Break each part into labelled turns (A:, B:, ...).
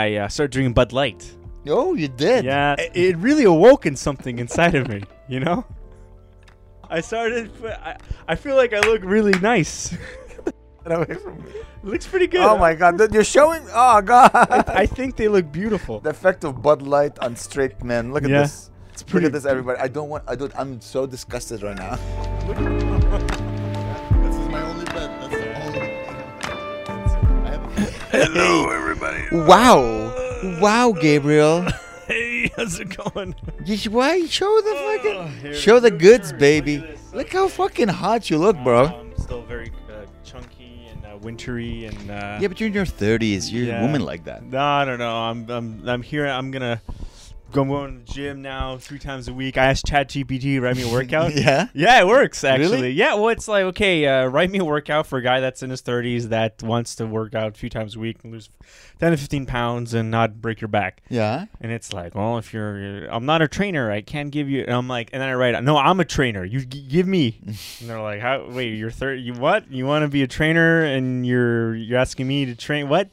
A: I uh, started drinking Bud Light.
B: Oh, you did.
A: Yeah, it, it really awoken something inside of me. You know, I started. I, I feel like I look really nice.
B: Get away from me.
A: looks pretty good.
B: Oh my God! th- You're showing. Oh God!
A: I think they look beautiful.
B: the effect of Bud Light on straight men. Look at
A: Yeah.
B: this.
A: It's
B: Look
A: pretty.
B: at this, everybody. I don't want. I don't. I'm so disgusted right now.
C: This is my only bet. That's the only I have
D: Hello, everybody.
B: Wow! Wow, Gabriel.
A: Hey, how's it going?
B: You- Why show the fucking
A: Oh, here
B: show the
A: we go.
B: goods,
A: Look at
B: baby?
A: this. Oh.
B: Look how fucking hot you look, bro.
A: Um, I'm still very uh, chunky and uh, wintry and. Uh,
B: Yeah, but you're in your 30s. You're
A: Yeah.
B: a woman like that.
A: No, I don't know. I'm I'm I'm here. I'm gonna. go- I'm going to the gym now three times a week. I asked ChatGPT to write me a workout.
B: Yeah.
A: Yeah, it works actually.
B: Really?
A: Yeah, well, it's like okay, uh, write me a workout for a guy that's in his thirties that wants to work out a few times a week and lose ten to fifteen pounds and not break your back.
B: Yeah.
A: And it's like, well, if you're, uh, I'm not a trainer, I can't give you. And I'm like, and then I write, no, I'm a trainer. You g- give me. and they're like, how? Wait, you're thirty? You what? You want to be a trainer and you're you're asking me to train what?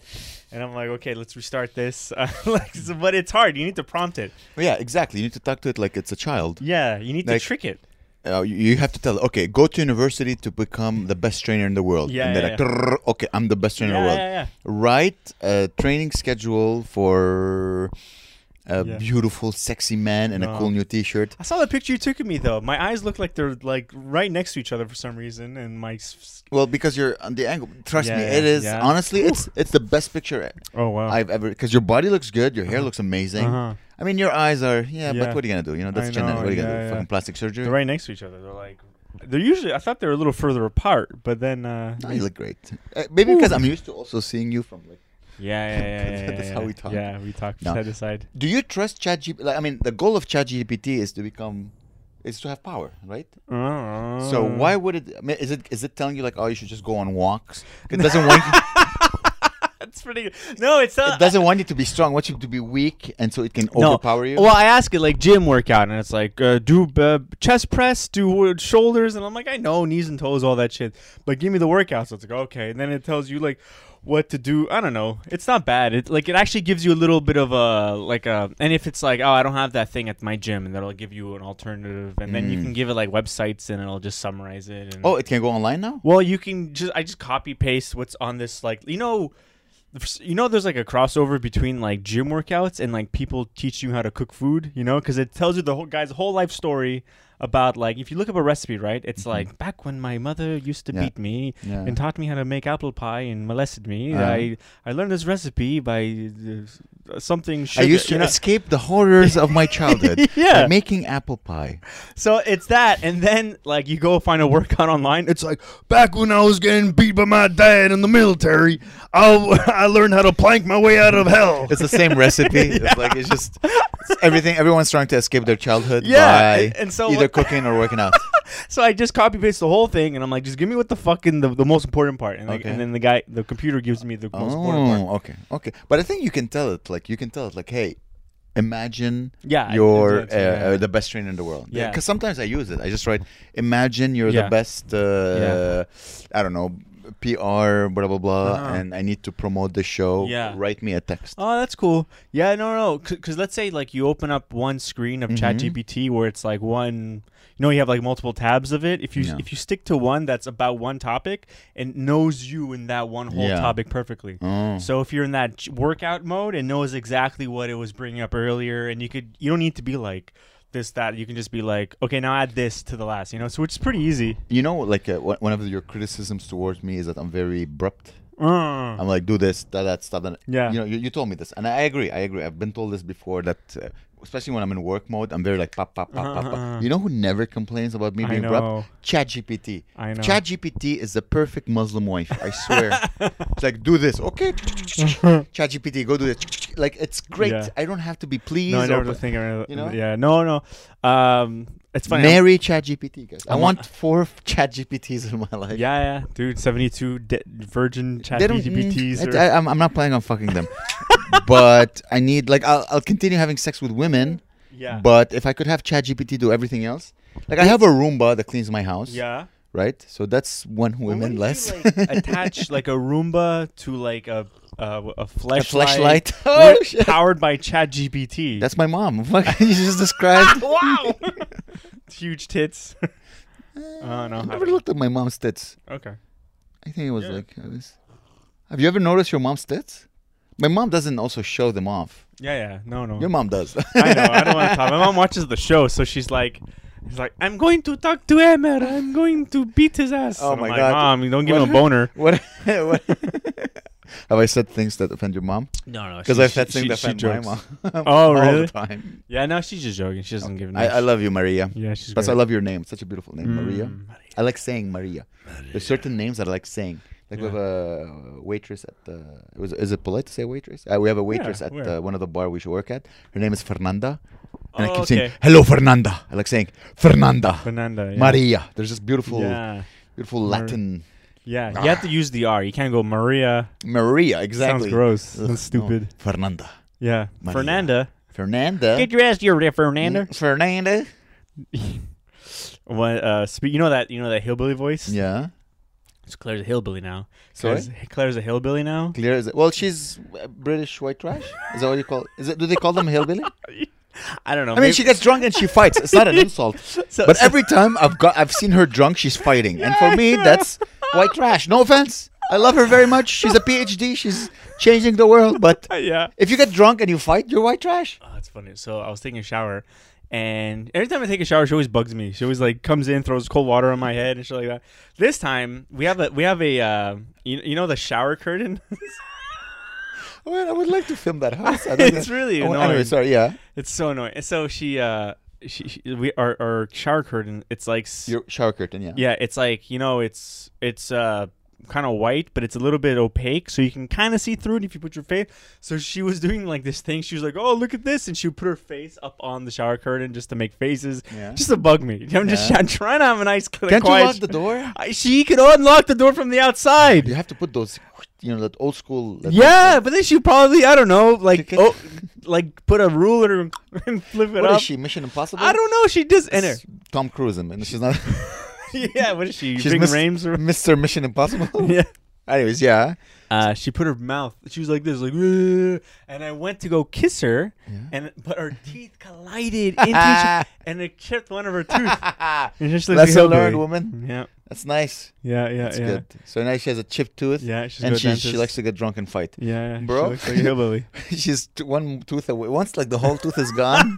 A: And I'm like, okay, let's restart this. like, so- but it's hard. You need to prompt it.
B: Yeah. Exactly. You need to talk to it like it's a child.
A: Yeah, you need
B: Like-
A: to trick it.
B: Uh, you- you have to tell, okay, go to university to become the best trainer in the world.
A: Yeah,
B: And they're
A: yeah,
B: like, "Trrr, okay, I'm the best trainer in
A: Yeah,
B: the world.
A: yeah, yeah.
B: Write a training schedule for a
A: Yeah. Uh-huh.
B: beautiful, sexy man in a
A: No.
B: cool new t shirt.
A: I saw the picture you took of me though. My eyes look like they're like right next to each other for some reason, and my. s-
B: Well, because you're on the angle. Trust me,
A: Yeah,
B: it is.
A: yeah.
B: Honestly, it's it's the best picture
A: Oh wow.
B: I've ever. Because your body looks good, your hair looks amazing.
A: Uh-huh.
B: I mean, your eyes are, yeah,
A: Yeah.
B: but what are you going to do? You know, that's
A: I
B: Chennai.
A: know,
B: What are you going to
A: yeah,
B: do?
A: yeah.
B: Fucking plastic surgery?
A: They're right next to each other. They're like, they're usually. I thought they were a little further apart, but then. Uh,
B: No,
A: yeah,
B: you look great. Uh, maybe
A: Ooh.
B: because I'm used to also seeing you from like.
A: yeah, yeah, yeah, yeah,
B: That's
A: yeah,
B: how we
A: yeah.
B: talk.
A: Yeah, we talk
B: No.
A: side to side.
B: Do you trust ChatGPT? Like, I mean, the goal of ChatGPT is to become, is to have power, right? so
A: Mm.
B: why would it? I mean, is it is it telling you like, oh, you should just go on walks? It doesn't want
A: That's pretty. Good. No, it's not.
B: it doesn't want you to be strong. It wants you to be weak, and so it can overpower you.
A: Well, I ask it like gym workout, and it's like uh, do uh, chest press, do uh, shoulders, and I'm like, I know knees and toes, all that shit, but give me the workout. So it's like okay, and then it tells you like what to do. I don't know. It's not bad. It like it actually gives you a little bit of a like a, and if it's like oh I don't have that thing at my gym, and that'll give you an alternative, and then you can give it like websites, and it'll just summarize it. And,
B: Mm. oh, it can go online now.
A: well, you can just I just copy paste what's on this like you know you know there's like a crossover between like gym workouts and like people teach you how to cook food, you know, cuz it tells you the whole guy's whole life story about like if you look up a recipe, right? It's like back when my mother used to
B: Mm-hmm. Yeah.
A: beat me
B: Yeah.
A: and taught me how to make apple pie and molested me.
B: Uh-huh.
A: I I learned this recipe by uh, something
B: I
A: sugar,
B: used to
A: you know?
B: escape the horrors of my childhood by
A: Yeah.
B: making apple pie.
A: So it's that and then like you go find a workout online, it's
D: It's like back when I was getting beat by my dad in the military. I I learned how to plank my way out of hell.
B: It's the same recipe. It's like it's just it's everything. Everyone's trying to escape their childhood
A: Yeah,
B: by
A: and- and so
B: either
A: what-
B: cooking or working out.
A: So I just copy paste the whole thing, and I'm like, just give me what the fucking the, the most important part, and, like,
B: Okay.
A: and then the guy, the computer gives me the most important part.
B: Oh, okay, okay. But I think you can tell it. Like you can tell it. Like, hey, imagine
A: Yeah, I-
B: you're uh,
A: that's- yeah.
B: uh, the best trainer in the world.
A: Yeah.
B: Because sometimes I use it. I just write, imagine you're the
A: Yeah.
B: best. Uh, I don't know. PR, blah blah blah,
A: Uh-huh.
B: and I need to promote the show.
A: Yeah.
B: Write me a text.
A: Oh, that's cool. Yeah, no, no, because let's say like you open up one screen of
B: Mm-hmm.
A: ChatGPT where it's like one, you know, you have like multiple tabs of it. If you
B: Yeah.
A: if you stick to one that's about one topic and knows you in that one whole
B: Yeah.
A: topic perfectly.
B: Oh.
A: So if you're in that ch- workout mode and knows exactly what it was bringing up earlier, and you could, you don't need to be like this that. You can just be like, okay, now add this to the last, you know. So which is pretty easy.
B: You know, like uh, one one of your criticisms towards me is that I'm very abrupt.
A: Mm.
B: I'm like, do this, that, that stuff. And,
A: Yeah.
B: You know, you, you told me this, and I agree. I agree. I've been told this before that, uh, especially when I'm in work mode, I'm very like pop, pop, pop, pop,
A: Uh-huh.
B: pop. You know who never complains about me
A: I
B: being
A: know.
B: abrupt? ChatGPT.
A: I know.
B: ChatGPT is the perfect Muslim wife. I swear. it's like, do this, okay? ChatGPT, go do this. Like, it's great.
A: Yeah.
B: I don't have to be pleased.
A: No, I
B: or-
A: never think of
B: you know?
A: Yeah, no, no. Um, it's funny. I'm-
B: Marry ChatGPT, guys. I want four ChatGPTs in my life.
A: yeah, yeah, dude. Seventy-two de- virgin chat
B: They don't-
A: GPTs.
B: mm, I, I, I'm, I'm not planning on fucking them, but I need like I'll, I'll continue having sex with women.
A: yeah,
B: But if I could have ChatGPT do everything else, like I have a Roomba that cleans my house,
A: yeah,
B: right? So that's one woman
A: Wouldn't you,
B: less.
A: like, attach like a Roomba to like a uh, a flashlight.
B: flashlight? Oh,
A: with-
B: shit.
A: Powered by ChatGPT.
B: that's my mom. Fuck, you just described.
A: wow. Ah, Huge tits. uh, no.
B: I
A: I
B: never
A: don't-
B: looked at my mom's tits.
A: Okay.
B: I think it was
A: Yeah.
B: like. It was, have you ever noticed your mom's tits? My mom doesn't also show them off.
A: Yeah, yeah. No, no.
B: Your mom does.
A: Oh. I know. I don't want to talk. My mom watches the show, so she's like, she's like, I'm going to talk to Emmer. I'm going to beat his ass.
B: Oh
A: And
B: my
A: I'm
B: God.
A: Like, Mom, you don't give
B: What-
A: him a boner.
B: what? what have I said things that offend your mom?
A: No, no.
B: Because I've said things that offend my mom.
A: Oh,
B: All
A: really?
B: the time.
A: Yeah, no, she's just joking. She doesn't give. a
B: I, I
A: shit.
B: love you, Maria.
A: Yeah, she's.
B: Plus, I
A: great.
B: love your name. Such a beautiful name, Maria.
A: Mm.
B: I like saying Maria. There's certain names that I like saying. Like we have a waitress at the. Was, is it polite to say waitress? Uh, we have a waitress
A: Yeah,
B: at
A: where?
B: uh, one of the bar we should work at. Her name is Fernanda, and I
A: Oh,
B: keep saying
A: okay.
B: "Hello, Fernanda." I like saying "Fernanda,
A: Fernanda. Yeah.
B: Maria." There's this beautiful,
A: Yeah.
B: beautiful
A: Mar-
B: Latin
A: Yeah, you have to use the R. You can't go Maria.
B: Maria. Ah. Exactly.
A: Sounds gross.
B: Ugh, no.
A: That's stupid.
B: Fernanda.
A: Yeah,
B: Maria.
A: Fernanda.
B: Fernanda.
A: Get your ass here, there, Fernanda.
B: Mm, Fernanda.
A: What? Uh, spe- you know that you know that hillbilly voice.
B: Yeah.
A: it's Claire's a hillbilly now.
B: Sorry?
A: Claire's, Claire's a hillbilly now.
B: Clear as it. Well, she's uh, British white trash. Is that what you call? Is it? Do they call them hillbilly?
A: I don't know.
B: I mean, she gets drunk and she fights. It's not an insult.
A: So-
B: but
A: so-
B: every time I've got, I've seen her drunk, she's fighting, and for me, that's white trash. No offense, I love her very much. She's a PhD. She's changing the world. But
A: maybe- yeah.
B: if you get drunk and you fight, you're white trash.
A: Oh, that's funny. So I was taking a shower, and every time I take a shower, she always bugs me. She always like comes in, throws cold water on my head, and shit like that. This time we have a we have a uh, you, you know the shower curtain.
B: Well, I would like to film that house. I
A: It's really
B: Oh, Anyway,
A: annoying.
B: sorry. Yeah,
A: it's so annoying. And so she uh she, she we our, our shower curtain. It's like s-
B: your shower curtain. Yeah.
A: yeah, it's like you know it's it's uh kind of white, but it's a little bit opaque, so you can kind of see through it if you put your face. So she was doing like this thing. She was like, "Oh, look at this," and she would put her face up on the shower curtain just to make faces,
B: Yeah.
A: just to bug me. I'm just
B: Yeah.
A: I'm trying to have a nice, clear,
B: Can't you
A: quiet.
B: lock the door?
A: I, she could unlock the door from the outside.
B: You
A: Yeah.
B: have to put those, you know, that old school. that-
A: but then she probably I don't know like
B: Okay.
A: oh like put a ruler and flip it
B: What
A: up.
B: is she? Mission Impossible.
A: I don't know. She just in her.
B: It's Tom Cruise, and she's not.
A: Yeah, what is she?
B: She's
A: Ving
B: Miss-
A: Rhames or
B: Mr. Mission Impossible.
A: yeah.
B: Anyways, yeah.
A: Uh, she put her mouth. She was like this, like, "Ugh," and I went to go kiss her, and but her teeth collided into each other, and it chipped one of her tooth. And she just looks
B: Lesson
A: like a hillbilly.
B: learned, woman.
A: Yeah,
B: That's nice.
A: yeah, Mm-hmm. yeah,
B: That's
A: yeah.
B: good. So now she has a chipped tooth.
A: Yeah, she's
B: and
A: good
B: she she
A: dentist.
B: likes to get drunk and fight.
A: Yeah, yeah.
B: Bro.
A: she looks like a hillbilly.
B: she's t- one tooth away. Once like the whole tooth is gone,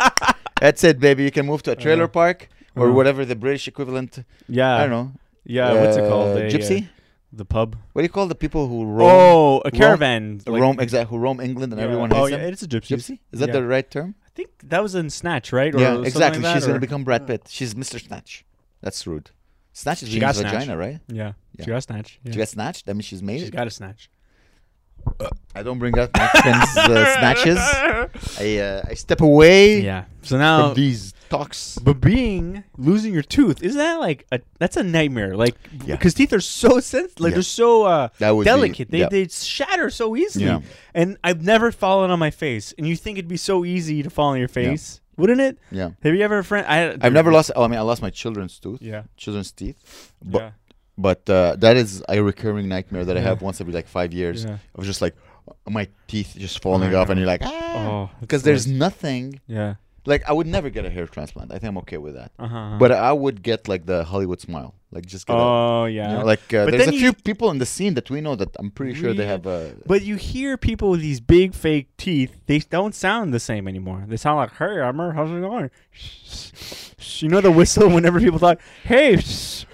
B: that's it, baby. You can move to a trailer park or
A: Uh-huh.
B: whatever the British equivalent.
A: Yeah,
B: I don't know.
A: Yeah, what's it called?
B: uh,
A: A, uh,
B: gypsy.
A: the pub.
B: What do you call the people who roam?
A: oh, a caravan. like-
B: Rome, exactly. Who roam England and
A: yeah.
B: everyone hates
A: Oh yeah,
B: them.
A: it's a gypsy.
B: Gypsy? Is that
A: Yeah.
B: the right term?
A: I think that was in Snatch, right? Or
B: yeah,
A: something
B: exactly.
A: like
B: She's
A: that,
B: gonna
A: or-
B: become Brad Pitt. She's Mr. Snatch. That's rude. Snatch is
A: She
B: means
A: got
B: vagina,
A: snatched.
B: right?
A: Yeah,
B: Yeah.
A: she got Snatch. Yeah.
B: She got snatched. That means she's made
A: She's
B: it.
A: got a Snatch.
B: I don't bring up Mexican's uh, snatches. I uh, I step away
A: Yeah. Um, So
B: from
A: now
B: these talks.
A: But being losing your tooth isn't that like a that's a nightmare? Like
B: Yeah.
A: because teeth are so sensitive, like
B: Yeah.
A: they're so uh,
B: That would be-
A: delicate. they
B: yeah.
A: they shatter so easily.
B: Yeah.
A: And I've never fallen on my face. And you think it'd be so easy to fall on your face, wouldn't it?
B: Yeah.
A: Have you ever had a friend? I,
B: I've never lost. Oh, I mean, I lost my children's tooth.
A: Yeah.
B: Children's teeth. But
A: yeah.
B: but uh, that is a recurring nightmare that I have once every like five years
A: Yeah.
B: of just like my teeth just falling
A: I
B: off,
A: know.
B: and you're like ah,
A: Oh, that's
B: because there's
A: worse.
B: nothing.
A: Yeah.
B: Like I would never get a hair transplant. I think I'm okay with that.
A: Uh huh.
B: But I would get like the Hollywood smile, like just get a,
A: oh yeah.
B: you know, like uh,
A: But
B: there's a
A: then
B: few
A: you-
B: people in the scene that we know that I'm pretty sure they
A: Really?
B: have uh,
A: But you hear people with these big fake teeth, they don't sound the same anymore. They sound like, hey, Amber, how's it going? You know the whistle whenever people talk, hey.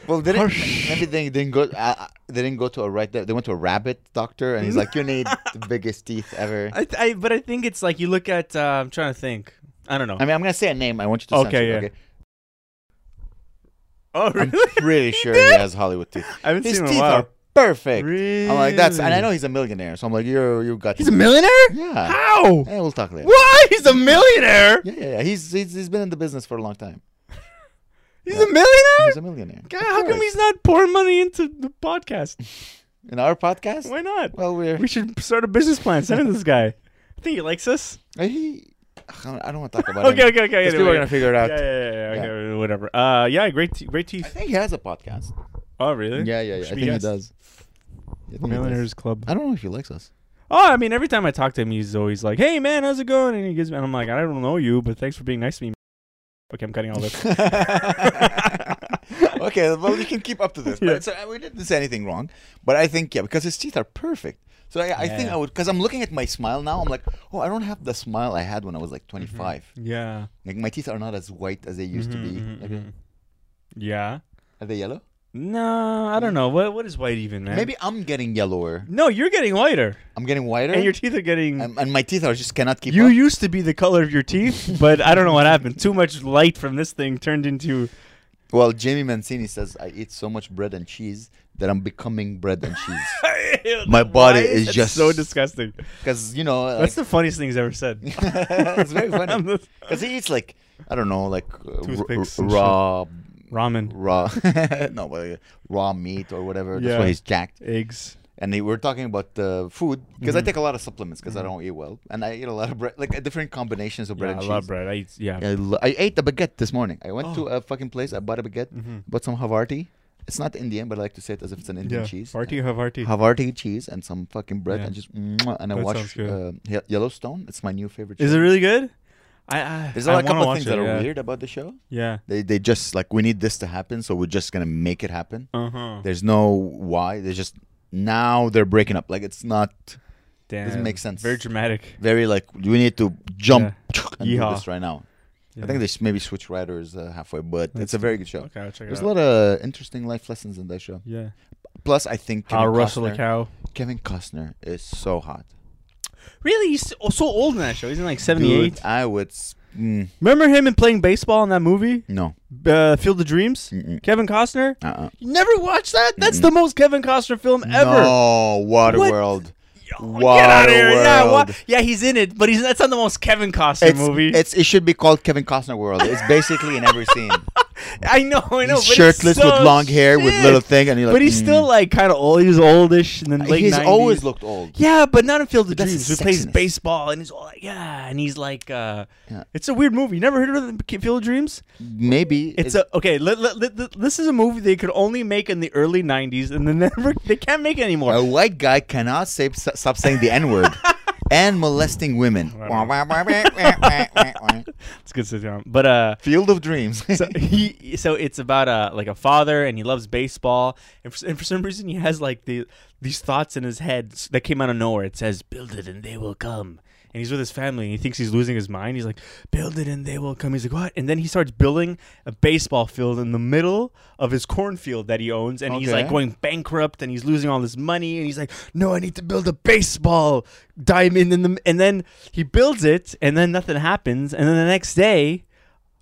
B: Well, they didn't, maybe they didn't go. Uh, uh, they didn't go to a right. They went to a rabbit doctor, and he's like, "You need the biggest teeth ever." I,
A: I, th- I, but I think it's like you look at, uh, I'm trying to think. I don't know.
B: mean, I'm gonna say a name. I want you to.
A: Okay,
B: censor it,
A: yeah.
B: okay?
A: oh,
B: I'm
A: really?
B: pretty sure he has Hollywood teeth.
A: I haven't
B: His
A: seen him in
B: teeth
A: a while.
B: are perfect. I'm like that's, and I
A: Really?
B: know he's a millionaire, so I'm like, "You, you got."
A: He's a millionaire?
B: Yeah.
A: How?
B: Yeah, we'll talk later.
A: Why? He's a millionaire?
B: Yeah, yeah, yeah. He's, he's he's been in the business for a long time.
A: He's a millionaire?
B: He's a millionaire.
A: God,
B: Of
A: how come
B: course.
A: he's not pouring money into the podcast?
B: in our podcast?
A: Why not?
B: Well, we're
A: We should start a business plan. Send him this guy. I think he likes us.
B: Uh, he. I don't want to talk about
A: Okay,
B: him.
A: okay, okay.
B: Because people are gonna figure it out.
A: Yeah, yeah, yeah. yeah, okay, whatever. Uh, yeah, great, te- great
B: I
A: teeth.
B: think he has a podcast.
A: Oh, really?
B: Yeah, yeah, yeah. I think he
A: Yes.
B: does. I think he does.
A: Millionaires Club.
B: I don't know if he likes us.
A: Oh, I mean, every time I talk to him, he's always like, "Hey, man, how's it going?" And he gives me, and I'm like, "I don't know you, but thanks for being nice to me." Okay, I'm cutting all this.
B: okay, well, you can keep up to this. But
A: Yeah.
B: so uh, we didn't say anything wrong, but I think yeah, because his teeth are perfect. So I, I think
A: Yeah.
B: I would, because I'm looking at my smile now. I'm like, oh, I don't have the smile I had when I was
A: Mm-hmm.
B: like 25.
A: Yeah.
B: Like my teeth are not as white as they used to be.
A: Mhm,
B: Like,
A: mhm. Yeah.
B: Are they yellow?
A: No, I don't know. What what is white even, man?
B: Maybe I'm getting yellower.
A: No, you're getting whiter,
B: I'm getting whiter,
A: and your teeth are getting.
B: and, and my teeth are just cannot Eh? keep
A: you
B: up.
A: used to be the color of your teeth, but I don't know what happened. Too much light from this thing turned into.
B: well, Jamie Mancini says I eat so much bread and cheese that I'm becoming bread and cheese. My body
A: Why?
B: is
A: That's
B: just-
A: so disgusting.
B: Because you know,
A: That's
B: like-
A: the funniest thing he's ever said.
B: it's very
A: I'm
B: funny.
A: just-
B: Because he eats like I don't know, like uh, r-
A: Toothpicks
B: r-
A: and
B: raw,
A: Ramen,
B: raw, no, but, uh, raw meat or whatever. That's why
A: Yeah.
B: he's jacked.
A: eggs.
B: And they we're talking about uh, food because I
A: Mm-hmm.
B: take a lot of supplements because I don't eat well, and I eat a lot of bread, like uh, different combinations of bread
A: Yeah,
B: and
A: I
B: cheese.
A: love bread. Oh. I eat. Yeah.
B: I, lo- I ate a baguette this morning. I went to a fucking place. I bought a baguette, bought some Havarti. It's not Indian, but I like to say it as if it's an Indian
A: Mm-hmm. Yeah.
B: cheese.
A: Farty, havarti.
B: Havarti cheese and some fucking bread
A: Yeah.
B: and just mwah, and I
A: That sounds
B: watch
A: good.
B: uh, Ye- Yellowstone. It's my new favorite.
A: Is
B: show.
A: it really good? I, I
B: There's
A: I
B: a
A: wanna
B: couple
A: watch
B: things
A: it,
B: that are
A: yeah.
B: weird about the show.
A: Yeah.
B: They they just like we need this to happen, so we're just gonna make it happen.
A: Uh huh.
B: There's no why. There's just now they're breaking up. Like it's not
A: Damn.
B: doesn't make sense.
A: Very dramatic.
B: very like we need to jump and do
A: Yeehaw.
B: this right now.
A: Yeah.
B: I think they s- maybe switch writers uh, halfway, but it's a very good show.
A: Okay, I'll check
B: There's
A: it
B: a
A: out.
B: lot of interesting life lessons in that show.
A: Yeah.
B: Plus, I think Kevin
A: How Russell a
B: Costner,
A: cow.
B: Kevin Costner is so hot.
A: Really? He's so- so old in that show. He's in like
B: Dude,
A: 78.
B: I would. s- Mm,
A: Remember him in playing baseball in that movie?
B: no.
A: Uh, Field of Dreams?
B: Mm-mm.
A: Kevin Costner?
B: Uh-uh.
A: You never watched that? That's the most Kevin Costner film ever.
B: Mm. No. Waterworld.
A: Oh, Get out of here. Yeah, wha-
B: Waterworld.
A: yeah, he's in it, but he's that's not the most Kevin Costner
B: It's,
A: movie.
B: it's it should be called Kevin Costner World. It's basically in every scene.
A: I know, I know. but
B: He's
A: it's
B: shirtless
A: so
B: with long hair with
A: shit.
B: little thing, and you're like,
A: but he's
B: mm.
A: still like kind of old. He's oldish and then late.
B: he's
A: 90s.
B: always looked old.
A: Yeah, but not in Field of
B: that's
A: Dreams. He
B: his
A: plays
B: sexiness.
A: baseball and he's all like, yeah, and he's like, uh,
B: Yeah.
A: it's a weird movie. You never heard of the Field of Dreams?
B: Maybe
A: It's a okay. Let, let, let- let- this is a movie they could only make in the early '90s, and then never they can't make it anymore.
B: A white guy cannot say, s- stop saying the N word and molesting women.
A: It's good sit down, but uh.
B: Field of Dreams.
A: So he, so it's about a like a father, and he loves baseball, and for, and for some reason he has like the these thoughts in his head s- that came out of nowhere. It says, "Build it, and they will come." And he's with his family, and he thinks he's losing his mind. He's like, "Build it, and they will come." He's like, "What?" And then he starts building a baseball field in the middle of his cornfield that he owns, and he's like
B: Okay.
A: going bankrupt, and he's losing all this money, and he's like, "No, I need to build a baseball diamond." In the and then he builds it, and then nothing happens, and then the next day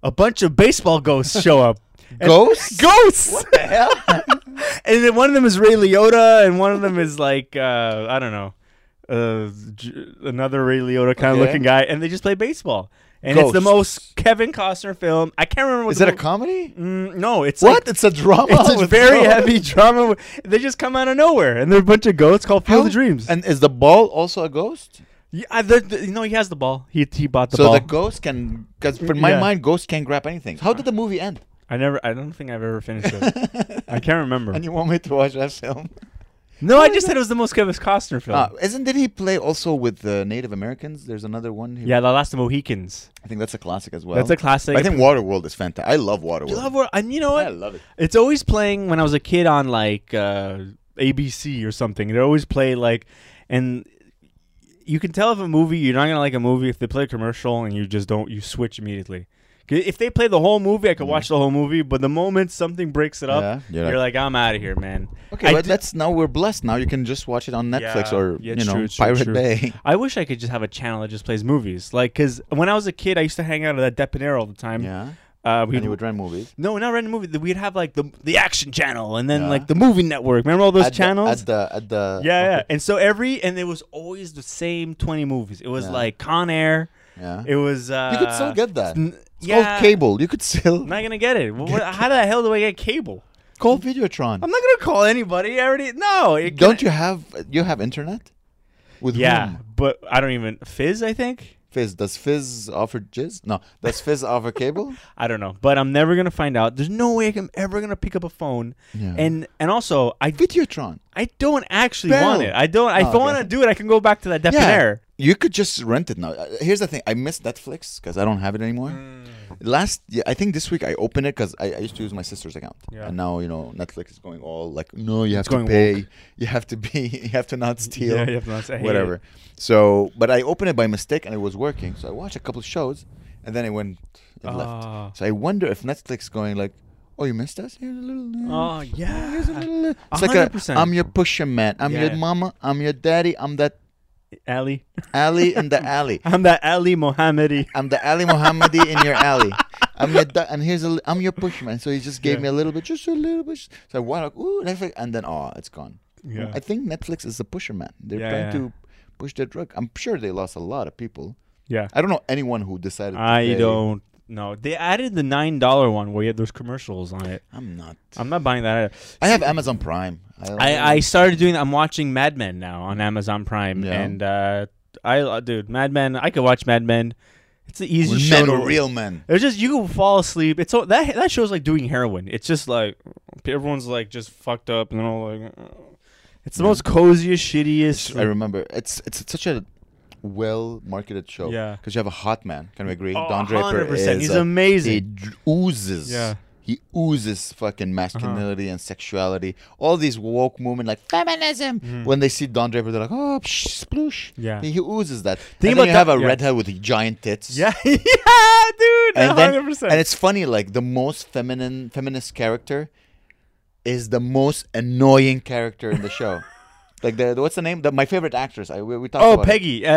A: a bunch of baseball ghosts show up. And-
B: Ghosts?
A: Ghosts!
B: Hell?
A: and then one of them is Ray Liotta, and one of them is like, uh, I don't know, uh, J- another Ray Liotta kind of
B: Okay.
A: looking guy, and they just play baseball. And it's the
B: Ghosts.
A: most Kevin Costner film. I can't remember what
B: Is
A: the
B: that a
A: mo-
B: comedy?
A: Mm, no, it's
B: What? Oh,
A: like-
B: It's a drama.
A: it's a
B: with
A: very
B: ghosts.
A: heavy drama. They just come out of nowhere, and they're a bunch of ghosts called Field of Dreams.
B: And is the ball also a ghost?
A: yeah, I- the, the, no, he has the ball. He he bought the
B: so
A: ball.
B: the ghost can, because in my
A: Yeah.
B: mind, ghosts can grab anything. How did the movie end?
A: I never. I don't think I've ever finished it. I can't remember.
B: And you want me to watch that film?
A: No, I just said it was the most Kevin Costner film.
B: Uh, isn't did he play also with the Native Americans? There's another one. He,
A: Yeah, The Last of Mohicans.
B: I think that's a classic as well.
A: That's a classic.
B: I think Waterworld is fantastic. I love Waterworld.
A: You love War- and you know
B: I
A: what?
B: love it.
A: It's always playing when I was a kid on like uh, ABC or something. They always play like, and you can tell if a movie you're not gonna like a movie if they play a commercial and you just don't you switch immediately. 'Cause If they play the whole movie, I could watch the whole movie. But the moment something breaks it up,
B: Mm-hmm. Yeah, you're
A: you're, like, I'm out of here, man.
B: Okay,
A: I
B: but
A: d-
B: that's now we're blessed. Now you can just watch it on Netflix
A: Yeah,
B: or
A: yeah,
B: you
A: it's
B: know
A: true, it's true,
B: Pirate
A: true.
B: Bay.
A: I wish I could just have a channel that just plays movies. Like, cause when I was a kid, I used to hang out at that Depanero all the time.
B: Yeah,
A: uh, we
B: and you would rent movies.
A: No, not random movie. We'd have like the the action channel and then
B: Yeah.
A: like the movie network. Remember all those
B: At the-
A: channels?
B: at the at the
A: yeah, yeah.
B: okay,
A: And so every and it was always the same twenty movies. It was
B: Yeah.
A: like Con Air.
B: yeah.
A: It was. Uh,
B: you could still get that.
A: n-
B: It's
A: yeah,
B: called cable. You could still
A: I'm not gonna get it. Wha- wha- how the hell do I get cable?
B: call Videotron.
A: I'm not gonna call anybody. I already no. It
B: Don't you have you have internet? With
A: Yeah,
B: whom?
A: but I don't even Fizz. I think
B: Fizz. Does Fizz offer jizz? No. Does Fizz offer cable?
A: I don't know, but I'm never gonna find out. There's no way I'm ever gonna pick up a phone.
B: Yeah.
A: And and also, I
B: Videotron.
A: I don't actually
B: Bell.
A: want it. I don't. I
B: Oh,
A: don't want to
B: okay.
A: do it. I can go back to that debonair.
B: You could just rent it now. Uh, Here's the thing. I missed Netflix because I don't have it anymore.
A: Mm.
B: Last, yeah, I think this week I opened it because I, I used to use my sister's account,
A: Yeah.
B: and now you know Netflix is going all like, no, you have to
A: going
B: pay, you have to be, you have to not steal,
A: Yeah, you have to not- I hate
B: whatever.
A: it.
B: So, but I opened it by mistake and it was working. So I watched a couple of shows, and then it went, it
A: Ah.
B: left. So I wonder if Netflix going like, oh, you missed us? Here's a little. uh,
A: Oh yeah.
B: Here's a little. uh." It's like a,
A: 100%.
B: I'm your pusher man. I'm
A: Yeah.
B: your mama. I'm your daddy. I'm that
A: Ali.
B: alley in the alley.
A: I'm that Ali Mohammedi.
B: I'm the alley Mohammadi in your alley. I'm your da- and here's a li- I'm your pushman. So he just gave
A: Yeah.
B: me a little bit, just a little bit. So I walk, like, ooh, Netflix, and then oh, it's gone.
A: Yeah.
B: I think Netflix is the pusher man. They're
A: Yeah,
B: trying
A: yeah.
B: to push their drug. I'm sure they lost a lot of people.
A: Yeah.
B: I don't know anyone who decided. to
A: I
B: pay.
A: don't know. They added the nine dollar one where you had those commercials on it.
B: I'm not.
A: I'm not buying that. Either.
B: I have Amazon Prime. don't
A: I, I started doing. I'm watching Mad Men now on Amazon Prime,
B: Yeah.
A: and uh, I uh, dude, Mad Men. I could watch Mad Men. It's the easy
B: We're
A: show.
B: men
A: to-
B: are real men.
A: It's just you can fall asleep. It's so that that show's like doing heroin. It's just like everyone's like just fucked up and they're all like. uh, It's the most coziest, shittiest.
B: I remember. It's it's such a well marketed show.
A: Yeah.
B: Because you have a hot man. Can we agree?
A: Oh,
B: Don Draper
A: 100%.
B: is
A: He's
B: a-
A: amazing.
B: He dr- oozes.
A: Yeah. Uh-huh.
B: He oozes fucking masculinity and sexuality. All these woke movement like feminism. When they see Don Draper, they're like, oh, psh, sploosh.
A: Mm-hmm. Yeah.
B: He, he oozes that.
A: Think
B: and then
A: about
B: you have
A: that-
B: a
A: yeah.
B: redhead with giant tits.
A: yeah, yeah, dude,
B: And
A: hundred
B: then,
A: percent.
B: and it's funny, like the most feminine feminist character is the most annoying character in the show. like the what's the name? The, my favorite actress. I we, we talked
A: oh,
B: about her.
A: Peggy. Uh, uh,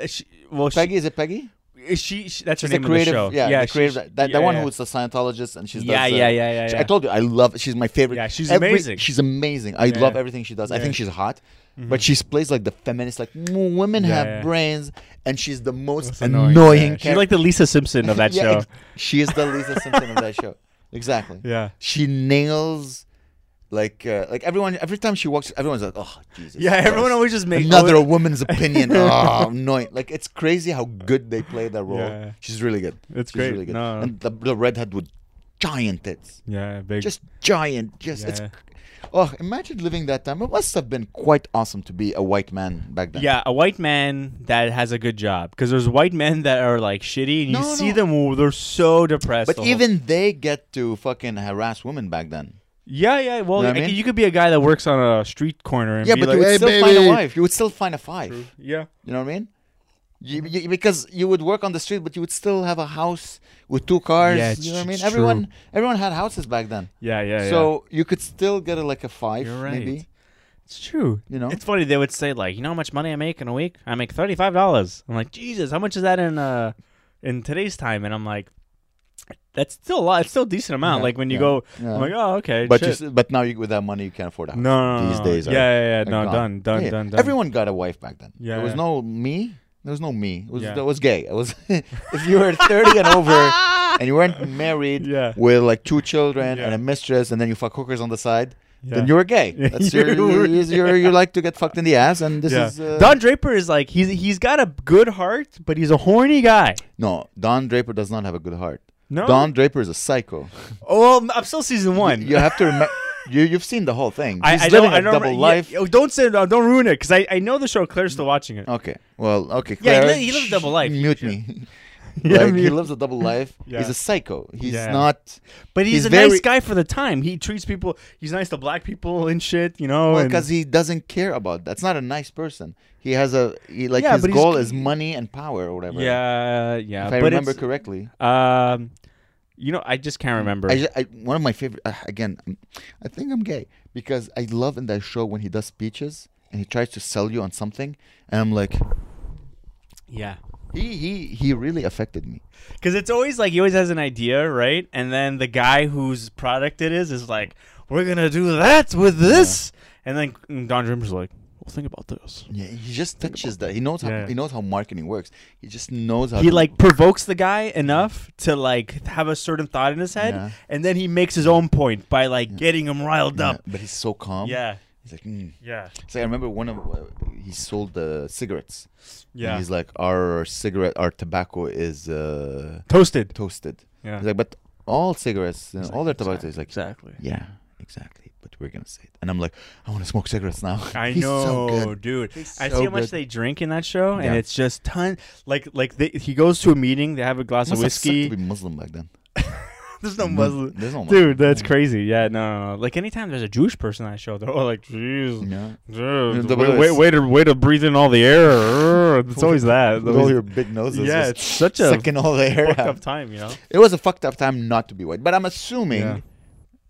A: uh, she, well, she-
B: Peggy, is it Peggy?
A: Is she, she that's her
B: She's
A: name
B: the creative,
A: in the show.
B: yeah, the
A: she-
B: creative.
A: she-
B: that that
A: yeah,
B: one
A: yeah.
B: who's the Scientologist, and she's
A: Yeah,
B: does, uh,
A: yeah, yeah, yeah,
B: she-
A: yeah.
B: I told you, I love. She's my favorite.
A: Yeah, she's
B: Every-
A: amazing.
B: She's amazing. I
A: Yeah.
B: love everything she does. I
A: Yeah.
B: think she's hot, but she plays like the feminist, like "Mm, women
A: Yeah,
B: have
A: yeah.
B: brains, and she's the most
A: annoying.
B: annoying.
A: Yeah, She's like the Lisa Simpson of that
B: Yeah,
A: show.
B: ex- she is the Lisa Simpson of that show. Exactly.
A: Yeah.
B: She nails like uh, like everyone every time she walks everyone's like oh Jesus.
A: Yeah, everyone
B: Christ.
A: always just makes
B: another woman's opinion. oh, annoying. Like it's crazy how good they play that role.
A: Yeah.
B: She's really good.
A: It's
B: She's
A: great.
B: Really good.
A: No.
B: And the, the redhead with giant tits.
A: Yeah, big.
B: Just giant. Just it's
A: Yeah.
B: Oh, imagine living that time. It must have been quite awesome to be a white man back then.
A: yeah, a white man that has a good job because there's white men that are like shitty, and you
B: No,
A: see
B: no.
A: them, oh, they're so depressed.
B: But
A: the whole-
B: even they get to fucking harass women back then.
A: yeah, yeah. Well,
B: Know what I
A: I-
B: mean?
A: you could be a guy that works on a street corner and
B: Yeah,
A: be
B: but
A: like,
B: you would
D: "Hey,
B: still find a
D: baby."
B: wife. You would still find a five.
A: yeah,
B: You know what I mean?
A: Mm-hmm.
B: You, you, because you would work on the street, but you would still have a house with two cars.
A: Yeah, it's
B: you know what I
A: tr-
B: mean?
A: it's
B: Everyone, everyone had houses back then.
A: yeah, yeah. yeah.
B: so you could still get a, like a 5
A: You're right.
B: maybe.
A: it's true.
B: You know?
A: it's funny they would say like, you know how much money I make in a week? I make thirty five dollars. I'm like, Jesus, how much is that in uh in today's time? And I'm like, that's still a lot. It's still a decent amount.
B: Yeah,
A: like when you
B: yeah,
A: go,
B: yeah.
A: I'm like, oh, okay,
B: But
A: shit.
B: you, s- but now you, with that money, you can't afford a house.
A: No, no, no,
B: these
A: no.
B: days.
A: Yeah,
B: Are,
A: yeah, yeah.
B: are
A: No,
B: gone.
A: done, done,
B: Yeah,
A: done, done.
B: Everyone got a wife back then.
A: Yeah,
B: there was
A: yeah.
B: no me. There was no me. It was
A: Yeah.
B: there was gay. It was if you were thirty and over and you weren't married
A: Yeah.
B: with like two children
A: Yeah.
B: and a mistress, and then you fuck hookers on the side.
A: Yeah.
B: Then you're gay.
A: Yeah,
B: That's
A: you
B: your,
A: were
B: you your, you like to get fucked in the ass, and this
A: yeah.
B: is uh,
A: Don Draper is like he's he's got a good heart, but he's a horny guy.
B: no. Don Draper does not have a good heart.
A: No?
B: Don Draper is a psycho.
A: Oh, well, I'm still season one.
B: You have to remember. You, you've seen the whole thing.
A: I,
B: He's
A: I
B: living
A: don't, I
B: a
A: don't
B: double
A: yeah,
B: life.
A: oh, don't say no, don't ruin it because I, I know the show. Claire's still watching it.
B: Okay. Well, okay.
A: Yeah, he
B: Claire,
A: li- he lives a double life.
B: Mute me.
A: Yeah,
B: like, he
A: mute.
B: lives a double life.
A: Yeah.
B: He's a psycho. He's
A: Yeah.
B: not.
A: But he's,
B: He's
A: a nice
B: very-
A: guy for the time. He treats people. He's nice to black people and shit. You know.
B: Well,
A: Oh, and-
B: because he doesn't care about. That's not a nice person. He has a he, like
A: Yeah,
B: his
A: but he's-
B: goal is money and power or whatever.
A: yeah, yeah.
B: If
A: but
B: I remember
A: it's-
B: correctly,
A: um, you know, I just can't remember.
B: I, ju- I one of my favorite uh, again, um, I think I'm gay because I love in that show when he does speeches and he tries to sell you on something, and I'm like,
A: yeah.
B: he he he really affected me.
A: Because it's always like he always has an idea, right? And then the guy whose product it is is like, "We're gonna do that with this," and then Don Draper's like, "Well, think about this."
B: Yeah, he just touches that. He knows how
A: Yeah.
B: he knows how marketing works. He just knows how
A: He
B: to-
A: like provokes the guy enough to like have a certain thought in his head,
B: Yeah.
A: and then he makes his own point by like getting him riled
B: Yeah, Um,
A: up.
B: but he's so calm.
A: Yeah,
B: He's like, mm.
A: yeah,
B: so I remember one of uh, he sold the cigarettes. And
A: Yeah.
B: he's like, our cigarette, our tobacco is uh,
A: Toasted.
B: toasted.
A: Yeah.
B: He's like, but all cigarettes, and all their tobacco is like,
E: Exactly.
B: yeah, exactly. But we're gonna say it. And I'm like, I want to smoke cigarettes now.
A: I
B: He's
A: know,
B: so good.
A: dude.
B: He's
A: I
B: so
A: see how much
B: good.
A: they drink in that show, and
B: Yeah.
A: it's just ton. Like, like they, he goes to a meeting, they have a glass
B: Must
A: of
B: have sucked
A: whiskey.
B: To be Muslim back then.
A: There's no
B: Mm,
A: Muslim.
B: There's no Muslim.
A: Dude, that's crazy. Yeah, no, no, no. Like anytime there's a Jewish person on that show, they're all like, "Jeez,
B: Yeah.
A: Dude,
B: Mm. the
A: way,
B: way
A: way,
B: it's-
A: way to way to breathe in all the air. It's always that. It's
B: With all
A: always-
B: your big noses.
A: yeah,
B: just
A: it's such a
B: sucking all the air
A: fucked
B: out.
A: up time, you know.
B: It was a fucked up time not to be white. But I'm assuming,
A: Yeah.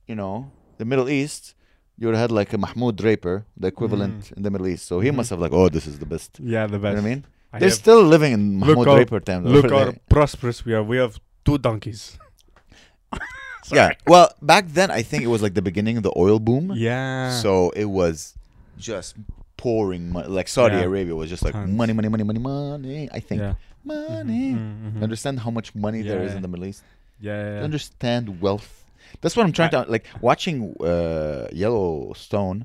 B: you know, the Middle East, you would have had like a Mahmoud Draper, the equivalent in the Middle East. So he must have like, oh, this is the best.
A: Yeah, the Mm.
B: You know
A: Mm-hmm. best.
B: what I mean?
A: I
B: They're
A: have-
B: still living in
A: Look
B: Mahmoud
A: how-
B: Draper times.
A: look
B: over
A: how
B: there.
A: prosperous we are. We have two donkeys.
B: Yeah. Well, back then, I think it was like the beginning of the oil boom.
A: Yeah.
B: So it was just pouring money. Like Saudi
A: Yeah.
B: Arabia was just like
A: Tons.
B: money, money, money, money, money. I think.
A: Yeah.
B: Money.
A: Mhm, mhm.
B: Understand how much money there
A: Yeah,
B: is
A: yeah.
B: in the Middle East?
A: yeah.
B: to
A: yeah.
B: understand wealth. That's what I'm trying to like watching uh, Yellowstone.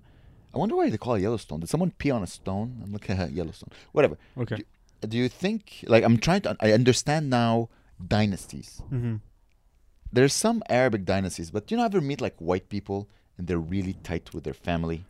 B: I wonder why they call it Yellowstone. Did someone pee on a stone? I'm looking at Yellowstone. Whatever.
A: Okay.
B: Do you think like I'm trying to? I understand now dynasties.
A: Mhm.
B: There's some Arabic dynasties, but do you ever meet like white people and they're really tight with their family,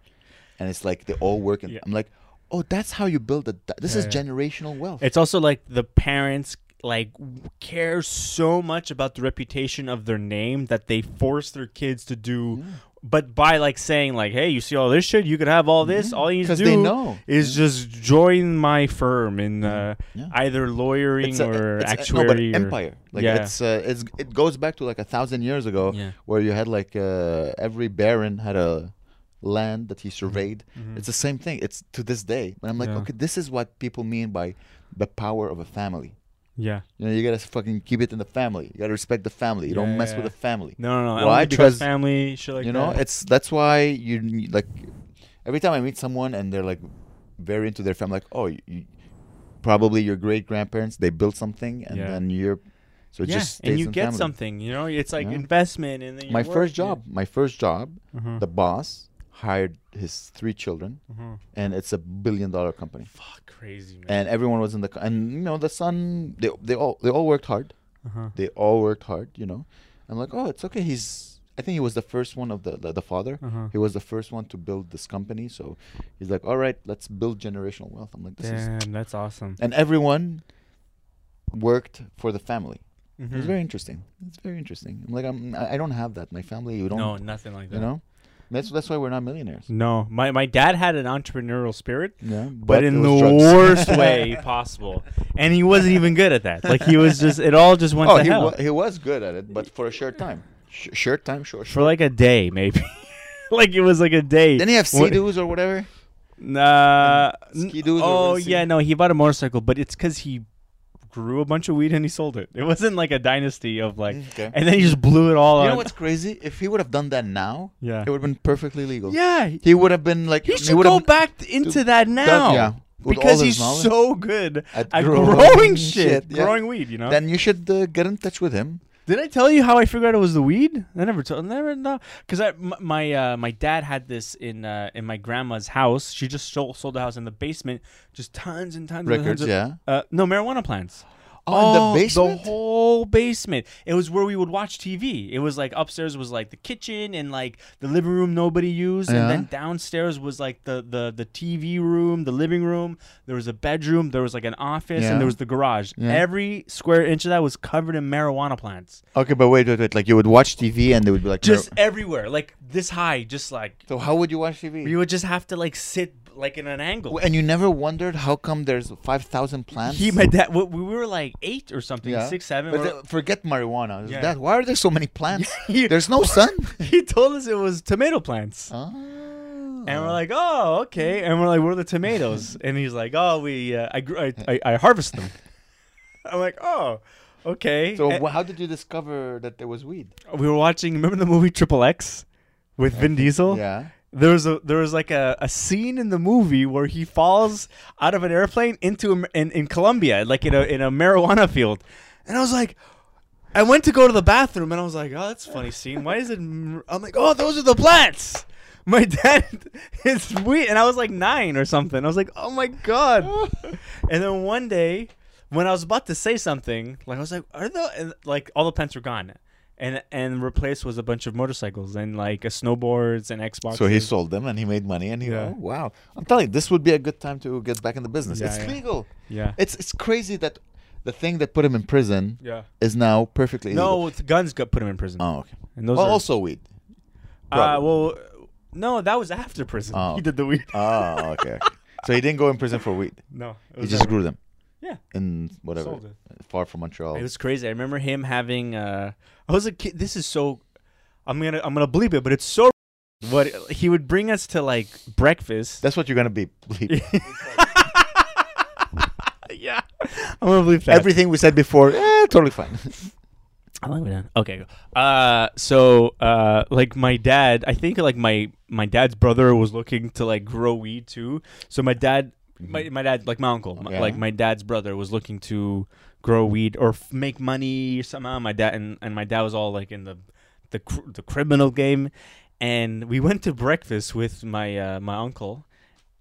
B: and it's like they all work. And
A: Yeah.
B: I'm like, oh, that's how you build a. Di- this
A: Yeah,
B: is
A: yeah.
B: generational wealth.
A: It's also like the parents like w- care so much about the reputation of their name that they force their kids to do but by like saying like hey you see all this shit you could have all this all you need to
B: 'cause
A: do
B: they know.
A: is just join my firm in uh,
B: Yeah.
A: either lawyering
B: a-
A: or
B: it's a-
A: actuary
B: no, but
A: or-
B: empire. Like
A: Yeah.
B: it's, uh, it's it goes back to like a thousand years ago,
A: Yeah.
B: where you had like uh, every baron had a land that he surveyed. It's the same thing. It's to this day. And I'm like,
A: Mm-hmm. Yeah.
B: okay, this is what people mean by the power of a family.
A: yeah
B: You know, you gotta fucking keep it in the family. You gotta respect the family. You don't mess with
A: Yeah.
B: the family.
A: no no no I
B: Why?
A: only
B: Because,
A: trust family shit like
B: you know,
A: that.
B: it's that's why you need- like every time I meet someone and they're like very into their family, like oh, you, you- probably your great grandparents they built something and
A: Yeah.
B: then you're so it
A: yeah,
B: just stays
A: and you
B: in
A: get
B: family.
A: something you know it's like
B: Yeah.
A: investment and then you
B: My
A: work
B: first
A: it.
B: job, my first job,
A: Mhm.
B: the boss hired his three children,
A: Mhm.
B: and it's a billion dollar company,
A: fuck crazy man
B: and everyone was in the co- and you know the son they they all they all worked hard,
A: uh-huh.
B: they all worked hard, you know. I'm like, oh, it's okay. He's I think he was the first one of the the, the father.
A: Uh-huh.
B: He was the first one to build this company, so he's like, all right, let's build generational wealth. I'm like, this is
A: damn that's awesome
B: and everyone worked for the family.
A: Mhm.
B: It's very interesting. It's very interesting. I'm like, I'm I I don't have that. My family, you don't.
A: no nothing like that
B: You know, that's that's why we're not millionaires.
A: No, my, my dad had an entrepreneurial spirit,
B: Yeah,
A: but, in the worst way possible, and he wasn't even good at that. Like he was just it all just went
B: Oh,
A: to
B: he,
A: hell
B: wa- he was good at it, but for a short time. Sh- short time, short.
A: for like a day, maybe. like it was like a day.
B: Didn't he have
A: What-
B: sea-doos or whatever?
A: Nah. n-
B: Ski-doos or
A: oh
B: was it
A: yeah,
B: sea-
A: no, he bought a motorcycle, but it's because he grew a bunch of weed and he sold it. It wasn't like a dynasty of like,
B: Okay.
A: and then he just blew it all.
B: You know
A: on-
B: what's crazy? If he would have done that now,
A: Yeah.
B: it would have been perfectly legal.
A: Yeah,
B: He would have been like,
A: He
B: he
A: should
B: would
A: go
B: have
A: back t- into that now.
B: yeah. With all
A: Because
B: his
A: he's
B: knowledge.
A: so good at,
B: At
A: growing,
B: growing
A: shit,
B: shit, yeah.
A: growing weed. You know.
B: Then you should uh, get in touch with him.
A: Did I tell you how I figured out it was the weed? I never told. Never know. Because I m- my uh, my dad had this in uh, in my grandma's house. She just sold, sold the house in the basement. Just tons and tons and tons
B: Records,
A: of
B: yeah.
A: uh, no marijuana plants.
B: Oh, in the basement?
A: whole basement. It was where we would watch TV. It was like upstairs was like the kitchen and like the living room nobody used, and
B: Yeah.
A: then downstairs was like the, the the TV room, the living room. There was a bedroom. There was like an office,
B: Yeah.
A: and there was the garage.
B: Yeah.
A: Every square inch of that was covered in marijuana plants,
B: Okay, but wait, wait, wait. Like you would watch TV and they would be like,
A: just
B: "No."
A: everywhere, like this high, just like
B: So how would you watch TV?
A: you would just have to like sit like in an angle.
B: and you never wondered how come there's five thousand plants?
A: he, my dad, we we were like eight or something, six, seven.
B: But
A: we're-
B: the- forget marijuana.
A: Yeah.
B: That, why are there so many plants?
A: Yeah.
B: There's no sun.
A: he told us it was tomato plants.
B: Ah.
A: And we're like, oh, okay. And we're like, where are the tomatoes? and he's like, oh, we, uh, I, gr- I, I, I harvest them. I'm like, oh, okay.
B: so
A: And
B: wh- how did you discover that there was weed?
A: we were watching. Remember the movie Triple X with Vin Diesel?
B: Yeah.
A: There was a there was like a, a scene in the movie where he falls out of an airplane into a, m- in in Colombia, like in a in a marijuana field, and I was like. I went to go to the bathroom and I was like, "Oh, that's a funny scene. Why is it?" m- I'm like, "Oh, those are the plants." my dad is we and I was like nine or something. I was like, oh my god. and then one day, when I was about to say something, like I was like, are the and, like all the pens were gone, and and replaced was a bunch of motorcycles and like uh, snowboards and Xbox.
B: So he sold them and he made money and he
A: Yeah.
B: oh, wow. I'm telling you, this would be a good time to get back in the business.
A: Yeah,
B: it's
A: yeah.
B: legal.
A: yeah
B: It's it's crazy that the thing that put him in prison
A: yeah.
B: is now perfectly illegal.
A: No, it's guns got put him in prison.
B: Oh, okay.
A: And those
B: Well,
A: are,
B: also weed.
A: uh, well, no, that was after prison.
B: Oh.
A: He did the weed.
B: Oh, okay. okay. so he didn't go in prison for weed.
A: no, it
B: He
A: was
B: just
A: after.
B: grew them
A: Yeah,
B: in whatever,
A: Sold it.
B: far from Montreal.
A: It was crazy. I remember him having. Uh, I was a kid. This is so. I'm gonna I'm gonna bleep it, but it's so. What he would bring us to like breakfast.
B: That's what you're gonna be. bleep.
A: yeah, I'm gonna bleep that.
B: Everything we said before, eh, totally fine.
A: I like that. Okay. go. Uh, so uh, like my dad, I think like my my dad's brother was looking to like grow weed too. So my dad, my, my dad, like my uncle, my-
B: Okay.
A: like my dad's brother was looking to grow weed or f- make money somehow. My dad and, and my dad was all like in the the cr- the criminal game, and we went to breakfast with my uh, my uncle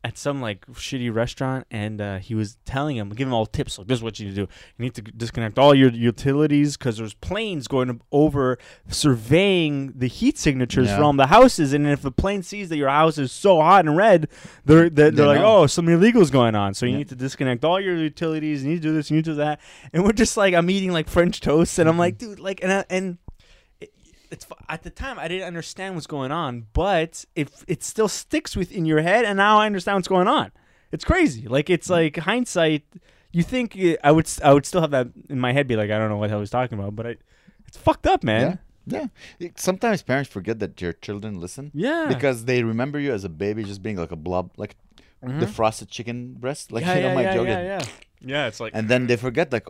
A: at some like shitty restaurant, and uh, he was telling him, giving him all tips. Like, this is what you need to do. You need to disconnect all your utilities because there's planes going over surveying the heat signatures
B: Yeah.
A: from the houses, and if the plane sees that your house is so hot and red, they're they're, they're
B: They
A: like,
B: know.
A: oh, something illegal is going on. So you
B: Yeah.
A: need to disconnect all your utilities. You need to do this. You need to do that. And we're just like, I'm eating like French toast, and I'm like,
B: Mm-hmm.
A: dude, like, and I, and it's fu- at the time I didn't understand what's going on, but it it still sticks within your head, and now I understand what's going on. It's crazy. Like it's
B: Mm-hmm.
A: like hindsight. You think uh, I would s- I would still have that in my head, be like I don't know what the hell he's talking about, but I, it's fucked up,
B: Yeah.
A: man.
B: Yeah. It- Sometimes parents forget that your children listen.
A: Yeah.
B: Because they remember you as a baby just being like a blob, like defrosted chicken breast. Like,
A: Mm-hmm. yeah,
B: you know,
A: yeah,
B: my
A: yeah,
B: joke.
A: yeah,
B: is-
A: yeah. Yeah, it's like
B: And then they forget, like,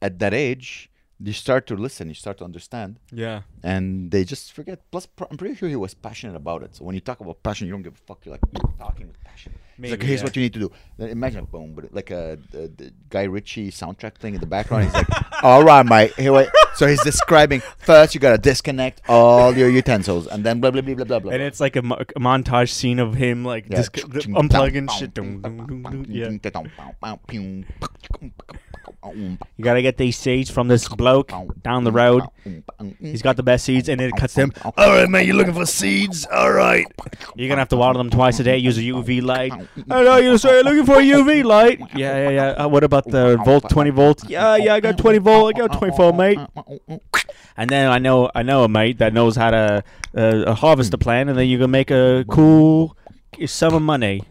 B: at that age, you start to listen, you start to understand,
A: yeah,
B: and they just forget. Plus, pr- I'm pretty sure he was passionate about it. So when you talk about passion, you don't give a fuck. You're like talking with passion. It's like,
A: Maybe,
B: here's
A: yeah.
B: what you need to do. Then imagine, boom, but like a the, the Guy Ritchie soundtrack thing in the background. He's like, all right, mate. Here, wait. So he's describing first, you gotta disconnect all your utensils, and then blah blah blah blah blah blah.
A: and it's like a, mo- a montage scene of him like
B: Yeah.
A: just unplugging shit. Dun, dun, dun, dun. Yeah, you gotta get these seeds from this bloke down the road. He's got the best seeds, and it cuts them.
D: All right, man, you looking for seeds? All right.
A: You're gonna have to water them twice a day. Use a UV light. I know you say you're looking for a UV light. Yeah, yeah, yeah. Uh, what about the volt? Twenty volts? Yeah, yeah. I got twenty volt. I got twenty volt, mate. And then I know, I know a mate that knows how to uh, uh, harvest the plant, and then you can make a cool summer money.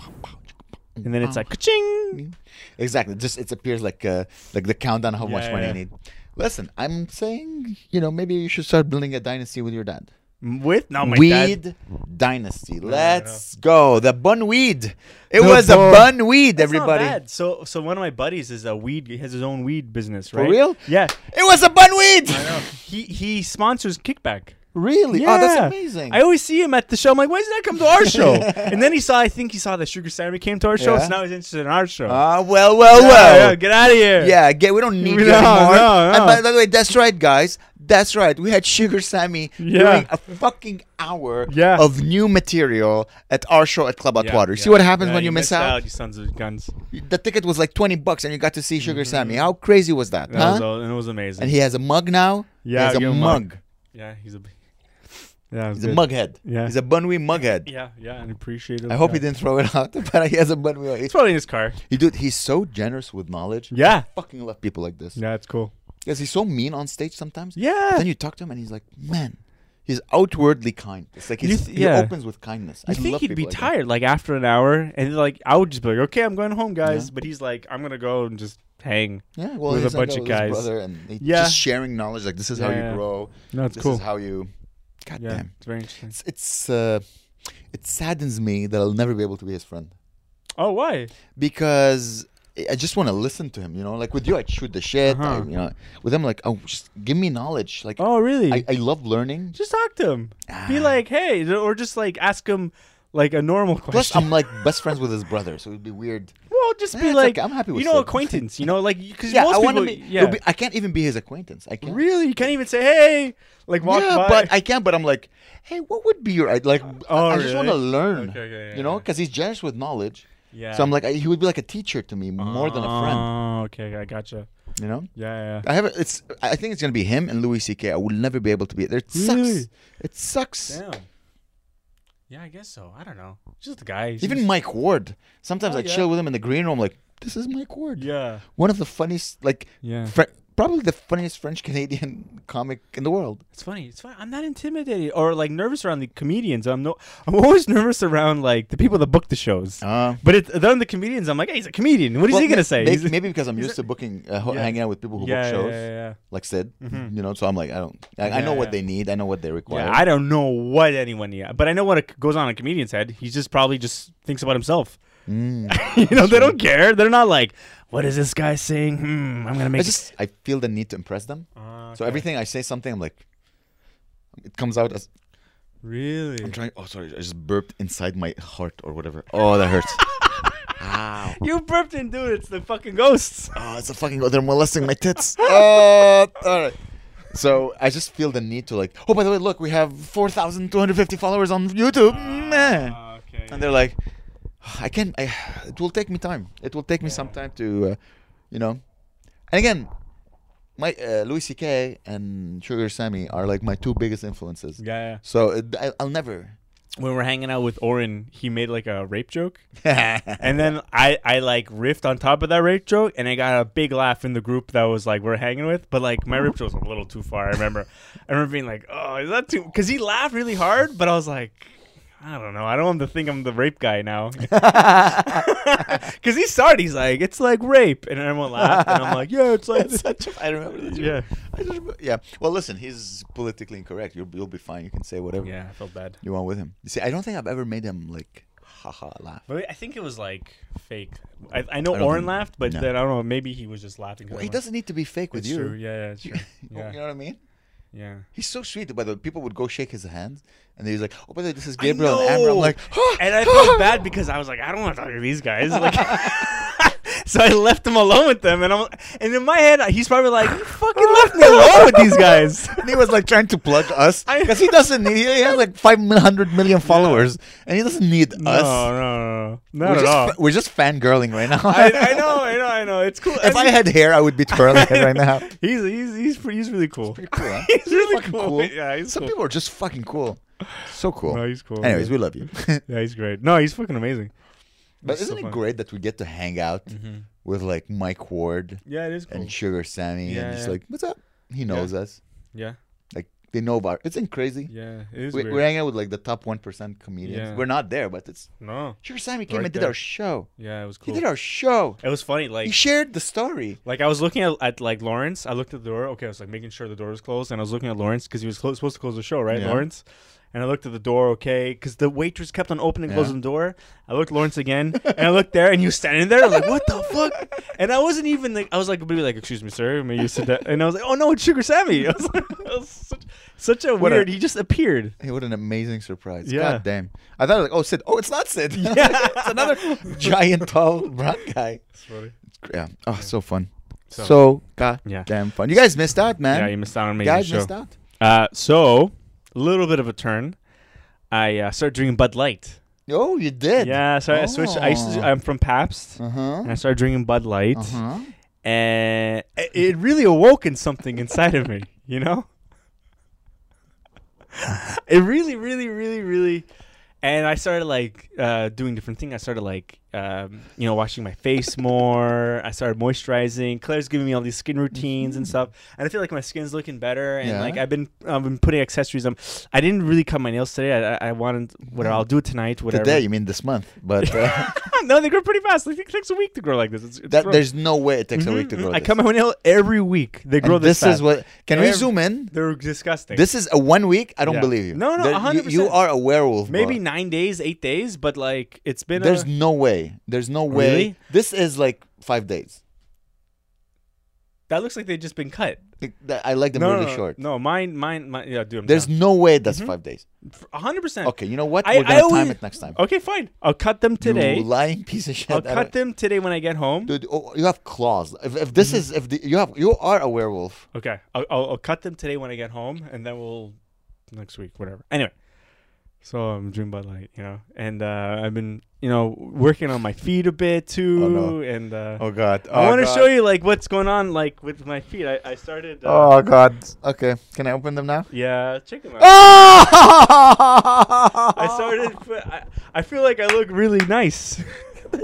A: And then it's like, ka-ching.
B: Exactly. Just it appears like uh, like the countdown how much
A: Yeah,
B: money
A: yeah.
B: I need. Listen, I'm saying you know maybe you should start building a dynasty with your dad.
A: With no, Oh my
B: weed
A: dad.
B: dynasty. Let's go. The bun weed. It was
A: bun.
B: a bun weed,
A: That's not
B: everybody.
A: bad. So, so one of my buddies is a weed. He has his own weed business, right?
B: real?
A: Yeah.
B: It was a bun weed.
A: He he sponsors kickback.
B: Really? Oh, that's amazing.
A: I always see him at the show. I'm like, why doesn't that come to our show? and then he saw, I think he saw that Sugar Sammy came to our show,
B: Yeah.
A: so now he's interested in our show.
B: Ah, well, well,
A: Yeah,
B: well.
A: yeah, get out of here.
B: Yeah, get, we don't need
A: We
B: you
A: don't-
B: anymore.
A: no,
B: And
A: no.
B: by, by the way, that's right, guys. That's right. We had Sugar Sammy
A: Yeah.
B: doing a fucking hour
A: Yeah.
B: of new material at our show at Club
A: Yeah,
B: Atwater.
A: yeah.
B: See what happens
A: Yeah,
B: when you, miss
A: missed
B: out?
A: You sons of guns.
B: The ticket was like 20 bucks and you got to see Sugar Sammy. How crazy was that,
A: Mm-hmm. That
B: huh?
A: was all, and it was amazing.
B: and he has a mug now.
A: Yeah,
B: he has a
A: give
B: mug.
A: him a mug. yeah, he's a. Yeah, it was
B: He's a
A: good.
B: mughead.
A: Yeah.
B: he's a Bunwee mughead.
A: Yeah, yeah, and appreciate it.
B: I hope
A: yeah.
B: he didn't throw it out, but he has a Bunwee. He,
A: It's probably in his car.
B: he dude, he's so generous with knowledge.
A: Yeah.
B: fucking love people like this.
A: Yeah, it's cool.
B: Because he's so mean on stage sometimes.
A: Yeah.
B: Then you talk to him and he's like, man, he's outwardly kind. It's like
A: You
B: he's,
A: th- yeah.
B: he opens with kindness.
A: I
B: I
A: think
B: love
A: he'd be
B: people like that.
A: tired, like after an hour, and like I would just be like, "Okay, I'm going home, guys." But he's like, "I'm gonna go and just hang."
B: Yeah, well,
A: with a
B: he's hung
A: bunch
B: out
A: of
B: with his
A: guys.
B: brother and he-
A: Yeah.
B: just sharing knowledge. Like this is how
A: Yeah.
B: you grow.
A: No, it's
B: this
A: cool.
B: is how you. God
A: yeah,
B: damn.
A: it's very interesting.
B: It's, it's uh, it saddens me that I'll never be able to be his friend
A: Oh, why?
B: because. I- I just want to listen to him, you know. Like with you, I'd shoot the shit. I-
A: Uh-huh.
B: you know, with him, like, oh, just give me knowledge. Like,
A: Oh, really?
B: I, Ah. I love learning.
A: Just talk to him. Be like, hey, or just like ask him like a normal
B: Plus,
A: question.
B: I'm like best friends with his brother, so it'd be weird.
A: Well, just be
B: it's
A: like
B: okay. I'm happy with
A: you know
B: Sid.
A: acquaintance. You know, like because
B: Yeah,
A: most
B: I want to
A: people.
B: be,
A: yeah,
B: it'll be- I can't even be his acquaintance. I can't.
A: really, you can't even say hey. Like walk
B: yeah,
A: by.
B: but I can't. But I'm like, hey, what would be your I- like?
A: Oh,
B: I just want to
A: really?
B: learn,
A: Okay, okay, yeah,
B: you know,
A: yeah.
B: because he's generous with knowledge.
A: yeah.
B: So I'm like, I, he would be like a teacher to me more than a friend,
A: Oh, okay, I gotcha.
B: you know.
A: Yeah, yeah.
B: I have a- it's. I think it's gonna be him and Louis C.K. I will never be able to be there. It sucks.
A: Really?
B: It sucks.
A: yeah. Damn. Yeah, I guess so. I don't know. Just the guy.
B: Even Mike Ward. Sometimes
A: Oh,
B: I
A: yeah.
B: chill with him in the green room. Like this is Mike Ward.
A: Yeah.
B: One of the funniest, like,
A: Yeah.
B: Fre- probably the funniest French Canadian comic in the world.
A: It's funny. It's funny. I'm not intimidated or like nervous around the comedians. I'm no. I'm always nervous around like the people that book the shows.
B: Uh,
A: but it, then the comedians, I'm like, hey, he's a comedian. What is he gonna say?
B: Maybe,
A: He's-
B: because I'm used to booking, uh, ho-
A: Yeah.
B: hanging out with people who
A: yeah,
B: book
A: yeah,
B: shows,
A: yeah, yeah. Mm-hmm.
B: like Sid. You know, so I'm like, I don't. I, I know
A: Yeah,
B: what
A: yeah.
B: they need. I know what they require.
A: Yeah, I don't know what anyone, yeah, but I know what it goes on in a comedian's head. He just probably just thinks about himself.
B: Mm.
A: you know, they don't care. They're not like, what is this guy saying? Hmm, I'm gonna
B: I
A: make.
B: just I feel the need to impress them.
A: Ah,
B: So
A: okay.
B: everything I say something, I'm like, it comes out as
A: really.
B: I'm trying. Oh, sorry, I just burped inside my heart or whatever. Oh, that hurts. Ow.
A: You burped in, dude. It's the fucking ghosts.
B: Oh, it's a fucking. They're molesting my tits. Oh, all right. So I just feel the need to like. Oh, by the way, look, we have four thousand two hundred fifty followers on YouTube. Meh.
A: Ah, okay.
B: and they're like, I can't. I, it will take me time. It will take me some time to, uh, you know. And again, my uh, Louis C.K. and Sugar Sammy are like my two biggest influences.
A: yeah. yeah.
B: So it, I, I'll never.
A: when we're hanging out with Oren, he made like a rape joke, and then I I like riffed on top of that rape joke, and I got a big laugh in the group that was like we're hanging with. But like my rape joke was a little too far. I remember, I remember being like, oh, is that too? Because he laughed really hard, but I was like. I don't know. I don't want him to think I'm the rape guy now. Because he started, he's like, it's like rape. And everyone laughed. And I'm like, yeah, it's like this.
B: Such a, I remember this.
A: Yeah.
B: I just remember, yeah. Well, listen, he's politically incorrect. You'll, you'll be fine. You can say whatever
A: Yeah, I felt bad.
B: you want with him. You see, I don't think I've ever made him like haha laugh.
A: But I think it was like fake. I, I know
B: I don't
A: Oren
B: think-
A: laughed, but
B: no.
A: then I don't know. Maybe he was just laughing. 'cause
B: Well,
A: I
B: he
A: went-
B: doesn't need to be fake with
A: It's
B: you.
A: true. Yeah, yeah, it's true.
B: You know
A: Yeah,
B: what I mean?
A: yeah.
B: He's so sweet. By the way, people would go shake his hand, and then he's like, "Oh, by the way, this is Gabriel and Amber." I'm
A: know.
B: like,
A: And I felt bad because I was like, I don't want to talk to these guys. Like, so I left him alone with them, and I'm, and in my head, he's probably like, you fucking left me alone with these guys.
B: And he was like trying to plug us
A: I-
B: because he doesn't need. He has like five hundred million followers, and he doesn't need
A: No,
B: us.
A: no, no, no,
B: we're
A: not at
B: just,
A: all.
B: fa- We're just fangirling right now.
A: I, I know, I know, I know. It's cool.
B: if I
A: mean,
B: had hair, I would be twirling it right now.
A: he's he's he's pretty, he's really cool.
B: Pretty cool, huh?
A: He's really
B: Fucking
A: cool. Yeah, he's
B: Some
A: cool.
B: people are just fucking cool. So cool.
A: No, he's cool.
B: Anyways,
A: yeah.
B: we love you.
A: yeah, he's great. No, he's fucking amazing.
B: but
A: so Mm-hmm.
B: isn't
A: fun.
B: it great that we get to hang out with like Mike Ward
A: Yeah, it is cool.
B: and Sugar Sammy,
A: Yeah,
B: and he's
A: Oh. yeah.
B: like, "What's up?" He knows us.
A: yeah,
B: Like they know about. Isn't crazy?
A: yeah, it is
B: we,
A: weird.
B: we're hanging out with like the top one percent comedians.
A: Yeah.
B: We're not there, but it's
A: no,
B: Sugar Sammy came
A: Right
B: and did
A: there.
B: our show.
A: yeah, it was
B: He
A: cool.
B: did our show.
A: It was funny. Like
B: He shared the story.
A: Like I was looking at, at like Lawrence. I looked at the door. Okay, I was like making sure the door was closed, and I was looking at Lawrence because he was clo- supposed to close the show, right,
B: Yeah.
A: Lawrence? And I looked at the door, okay, because the waitress kept on opening, and
B: Yeah.
A: closing the door. I looked at Lawrence again, and I looked there, and he was standing there. I'm like, what the fuck? And I wasn't even like, I was like, maybe like, excuse me, sir, may you sit down? And I was like, oh no, it's Sugar Sammy. I was, like, I was such, such a
B: What a-
A: weird. he just appeared.
B: Hey, what an amazing surprise!
A: Yeah.
B: God damn. I thought like, oh Sid. Oh, it's not Sid.
A: Yeah.
B: it's another giant tall brown guy. It's cr- Yeah. Oh, so fun. So, god
A: Yeah.
B: damn fun. You guys missed out, man.
A: Yeah, you missed out on an amazing
B: guys
A: show.
B: missed out.
A: Uh, so a little bit of a turn. I uh, started drinking Bud Light.
B: Oh, you did.
A: Yeah, so I switched. I
B: Oh.
A: used to, I'm from Pabst,
B: Uh huh.
A: and I started drinking Bud Light,
B: Uh huh.
A: and it- it really awoken something inside of me. You know, it really, really, really, really. And I started like uh, doing different things. I started like um, you know washing my face more. I started moisturizing. Claire's giving me all these skin routines and stuff, and I feel like my skin's looking better. And
B: Mm-hmm. Yeah.
A: like I've been I've been putting accessories on. I didn't really cut my nails today. I, I- I wanted whatever. I'll do it tonight. Whatever.
B: Today, you mean this month? But uh,
A: no, they grow pretty fast. Like, it takes a week to grow like this. It's, it's
B: that,
A: gross.
B: there's no way it takes a week to
A: Mhm,
B: grow.
A: I
B: this.
A: come out nail every week. They grow
B: And
A: this.
B: this is
A: fast.
B: what. Can we
A: Every-
B: zoom in?
A: They're disgusting.
B: This is a one week. I don't
A: Yeah.
B: believe you.
A: No, no,
B: There- you-
A: 100%.
B: You, are a werewolf. bro.
A: maybe nine days, eight days, but like it's been.
B: There's
A: a,
B: no way. There's no way.
A: Really?
B: This is like five days.
A: That looks like they've just been cut.
B: Like, that- I like them
A: No,
B: really
A: no, no,
B: short.
A: No, mine, mine, mine. Yeah, dude. I'm
B: There's no way that's five days.
A: hundred percent.
B: Okay, you know what?
A: I-
B: We're
A: I
B: gonna time
A: always-
B: it next time.
A: Okay, fine. I'll cut them today.
B: You lying piece of shit.
A: I'll
B: I don't-
A: cut them today when I get home.
B: Dude, oh, you have claws. If, if this
A: Mm-hmm.
B: is if the, you have you are a werewolf.
A: Okay, I'll, I'll, I'll cut them today when I get home, and then we'll next week, whatever. Anyway, so I'm drinking Bud Light, you know, and uh, I've been, you know, working on my feet a bit too,
B: Oh, no.
A: and uh,
B: god.
A: I want to show you like what's going on like with my feet. I, I started. Uh,
B: god. Okay, can I open them now?
A: Yeah, check them out.
B: Oh!
A: I
B: I
A: started. I, I feel like I look really nice.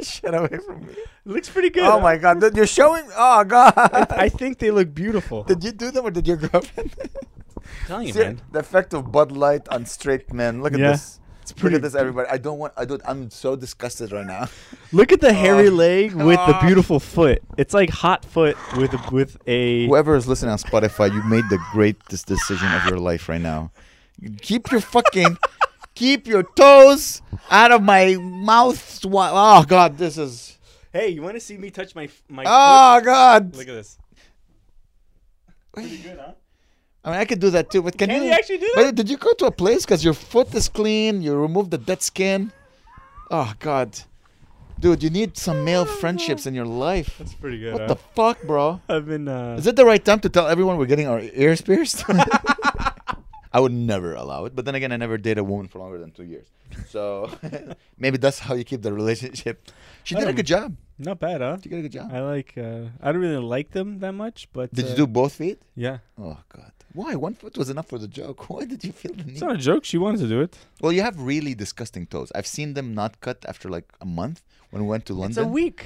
B: shit away from me.
A: looks pretty good.
B: Oh my god, dude, you're showing. Oh god.
A: I think they look beautiful.
B: did you do them or did your girlfriend?
A: I'm telling you,
B: See,
A: man.
B: the effect of Bud Light on straight men. Look at
A: Yeah.
B: this.
A: It's
B: Look
A: pretty.
B: at this, everybody. I don't want. I do. I'm so disgusted right now.
A: Look at the hairy
B: Oh.
A: leg with the
B: Oh.
A: beautiful foot. It's like hot foot with a- with a.
B: Whoever is listening on Spotify, you made the greatest decision of your life right now. Keep your fucking, keep your toes out of my mouth. Sw- oh God, this is.
A: Hey, you want to see me touch my f- my?
B: Oh
A: foot?
B: God.
A: Look at this. Pretty good, huh?
B: I mean, I could do that too, but can,
A: Can you actually do
B: But
A: that?
B: did you go to a place because your foot is clean? You remove the dead skin. Oh God, dude, you need some male friendships in your life.
A: That's pretty good.
B: What
A: huh?
B: the fuck, bro?
A: I've been. Uh,
B: Is it the right time to tell everyone we're getting our ears pierced? I would never allow it, but then again, I never dated a woman for longer than two years, so maybe that's how you keep the relationship. She did a
A: Um,
B: good job.
A: not bad, huh?
B: She did a good job.
A: I like. Uh, I don't really like them that much, but
B: Did
A: uh,
B: you do both feet?
A: Yeah,
B: Oh God, why? One foot was enough for the joke. Why did you feel the need?
A: it's not a joke. She wanted to do it.
B: Well, you have really disgusting toes. I've seen them not cut after like a month when we went to London.
A: It's a week.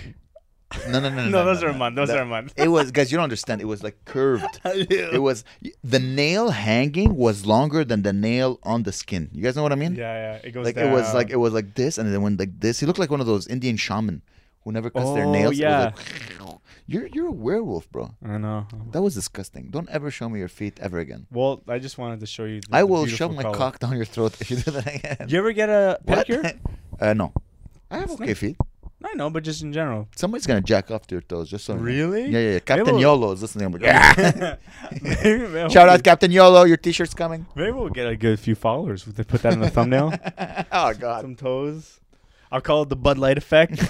B: No, no, no, no.
A: No, those are a month. Those are a month.
B: It was, guys. You don't understand. It was like curved. It was the nail hanging was longer than the nail on the skin. You guys know what I mean?
A: Yeah, yeah. It goes
B: Like it was
A: down.
B: like it was like this, and then went like this. He looked like one of those Indian shaman who never cuts their
A: Oh,
B: nails. It
A: yeah.
B: was like, you're you're a werewolf, bro.
A: I know.
B: That was disgusting. Don't ever show me your feet ever again.
A: Well, I just wanted to show you. The,
B: I
A: the
B: will
A: beautiful
B: shove my
A: color.
B: cock down your throat if you do that again.
A: Do you ever get a
B: What?
A: pedicure?
B: uh, no. I have
A: That's
B: okay
A: nice.
B: feet.
A: I know, but just in general.
B: Somebody's gonna jack off to your toes, just so. you know.
A: Really?
B: Yeah, yeah. yeah. Captain
A: we'll-
B: Yolo is listening. I'm like, yeah.
A: Maybe- maybe-
B: Shout out Captain Yolo, your T-shirt's coming.
A: Maybe we'll get a good few followers. Would they put that in the thumbnail?
B: oh God.
A: Some toes. I'll call it the Bud Light effect.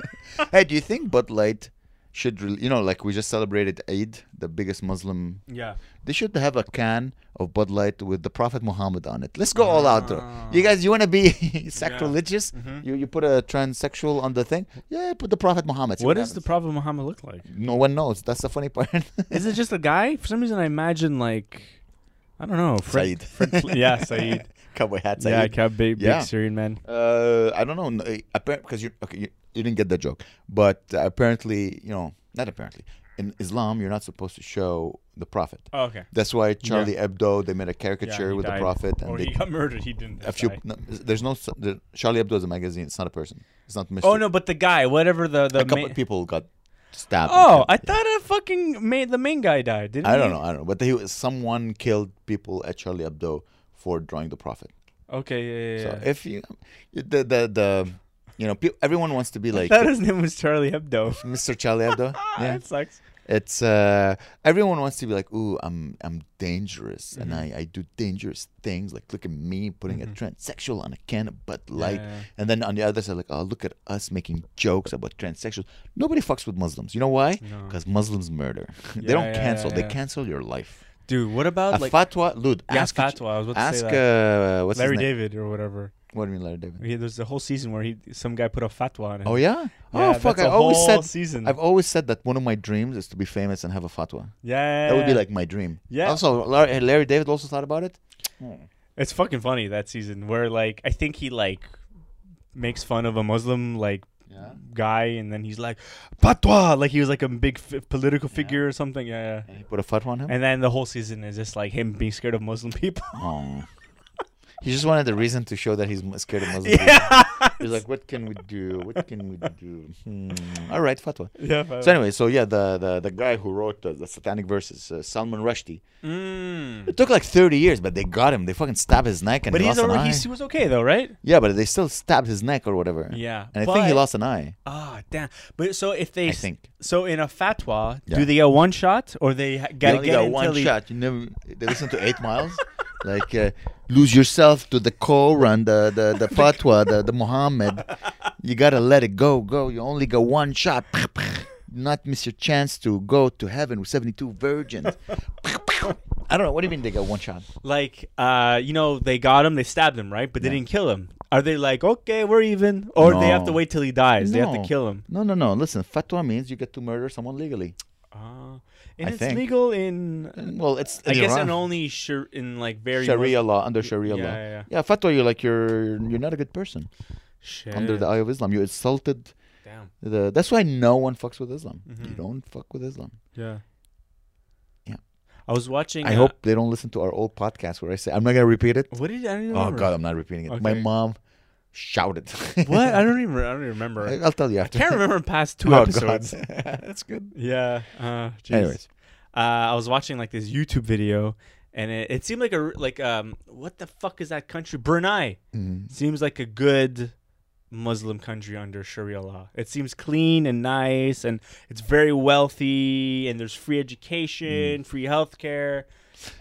B: hey, do you think Bud Light should, re- you know, like we just celebrated Eid, the biggest Muslim?
A: yeah.
B: They should have a can of Bud Light with the Prophet Muhammad on it. Let's go all out, bro. You guys, you want to be sacrilegious? You you put a transsexual on the thing? Yeah, put the Prophet Muhammad. See
A: What does the
B: happens.
A: Prophet Muhammad look like?
B: No one knows. That's the funny part.
A: Is it just a guy? For some reason, I imagine like, I don't know. Fred,
B: Saeed.
A: Fred- yeah, Saeed.
B: Cowboy hat.
A: Yeah,
B: Saeed.
A: cab big,
B: Yeah.
A: big Syrian man.
B: Uh, I don't know. Apparently, because you okay, you, you didn't get the joke, but uh, apparently, you know, not apparently. In Islam, you're not supposed to show the prophet.
A: Oh, okay.
B: That's why Charlie Hebdo they made a
A: Yeah,
B: caricature
A: he
B: with
A: died.
B: the prophet, and
A: or
B: they,
A: he got murdered. He didn't.
B: a few. No, there's no s- the, Charlie Hebdo is a magazine. It's not a person. It's not. Mr.
A: Oh no, but the guy, whatever the the
B: A couple
A: ma-
B: of people got stabbed. and
A: Oh,
B: killed.
A: I thought a fucking ma- the main guy died, didn't
B: I don't
A: he?
B: know. I don't know. But he was, someone killed people at Charlie Hebdo for drawing the prophet.
A: Okay, yeah, yeah.
B: So
A: yeah.
B: if you, the the the, you know, pe- everyone wants to be
A: I
B: like
A: thought his name was Charlie Hebdo.
B: Mr. Charlie Hebdo. yeah.
A: That sucks.
B: It's uh, everyone wants to be like, ooh, I'm I'm dangerous and
A: Mm-hmm.
B: I, I do dangerous things. Like look at me putting a transsexual on a can of Bud Light,
A: yeah, yeah.
B: and then on the other side, like, oh, look at us making jokes about transsexuals. Nobody fucks with Muslims. You know why?
A: No.
B: Because Muslims murder.
A: Yeah,
B: they don't
A: Mm-hmm. yeah,
B: cancel.
A: yeah,
B: They
A: yeah.
B: cancel your life.
A: Dude, what about
B: A
A: like
B: fatwa, dude.
A: yeah,
B: ask
A: fatwa? I was about to
B: ask
A: say that.
B: uh, what's
A: Larry
B: his name?
A: David or whatever.
B: What do you mean, Larry David?
A: He, there's a whole season where he some guy put a fatwa on it.
B: Oh yeah.
A: Yeah,
B: oh fuck!
A: that's
B: I
A: a
B: always
A: whole
B: said
A: season.
B: I've always said that one of my dreams is to be famous and have a fatwa.
A: yeah,
B: That would be like my dream.
A: Yeah. Hmm.
B: Also, Larry, Larry David also thought about it.
A: it's fucking funny that season where like I think he like makes fun of a Muslim like guy and then he's like fatwa like he was like a big f- political figure or something. Yeah, yeah.
B: And he put a fatwa on him.
A: And then the whole season is just like him being scared of Muslim people.
B: oh. He just wanted a reason to show that he's m- scared of Muslim people.
A: Yeah.
B: He's like, what can we do? What can we do? Hmm. All right, fatwa.
A: yeah.
B: So anyway, so yeah, the the, the guy who wrote the, the Satanic Verses, uh, Salman Rushdie.
A: Mm.
B: It took like 30 years, but they got him. They fucking stabbed his neck and
A: But
B: he
A: he's
B: lost an
A: already,
B: eye.
A: he's, he was okay though, right?
B: Yeah, but they still stabbed his neck or whatever.
A: Yeah,
B: And I think he
A: but-
B: lost an eye.
A: Ah, damn. But so if they,
B: I
A: s-
B: think.
A: so in a fatwa,
B: Yeah.
A: do they get one shot or they ha-
B: You
A: gotta
B: only
A: get
B: got
A: until
B: one
A: he-
B: shot. You never. They listen to Eight Miles, like uh, lose yourself to the Quran, the the the fatwa, the the Muhammad. You gotta let it go, go. You only got one shot. Not miss your chance to go to heaven with seventy-two virgins. I don't know. What do you mean they got one shot?
A: Like, uh, you know, they got him, they stabbed him, right? But they didn't kill him. Are they like, okay, we're even, or they have to
B: No.
A: wait till he dies? They have
B: No.
A: to kill him.
B: No, no, no. Listen, fatwa means you get to murder someone legally.
A: Ah, and
B: I
A: it's
B: think.
A: legal in,
B: Well, it's
A: Mm. I
B: in
A: guess,
B: Iran.
A: in only shir- in like very
B: Sharia
A: Muslim-
B: law under Sharia
A: yeah,
B: law.
A: yeah, yeah.
B: fatwa. You're like you're you're not a good person
A: Shit.
B: under the eye of Islam. You insulted
A: damn.
B: The, that's why no one fucks with Islam. You
A: Mhm.
B: don't fuck with Islam.
A: Yeah.
B: Yeah.
A: I was watching.
B: I
A: uh,
B: hope they don't listen to our old podcast where I say I'm not gonna repeat it.
A: What did I don't even
B: Oh
A: remember.
B: God, I'm not repeating it. My
A: Okay.
B: mom shouted.
A: What I don't even I don't even remember.
B: I, will tell you after.
A: Can't remember the past two
B: Oh, God.
A: episodes.
B: that's good.
A: Yeah. Uh, jeez.
B: Anyways,
A: uh, I was watching like this YouTube video, and it, it seemed like a r- like um what the fuck is that country? Brunei
B: Mhm.
A: seems like a good Muslim country under Sharia law. It seems clean and nice, and it's very wealthy, and there's free education, free healthcare,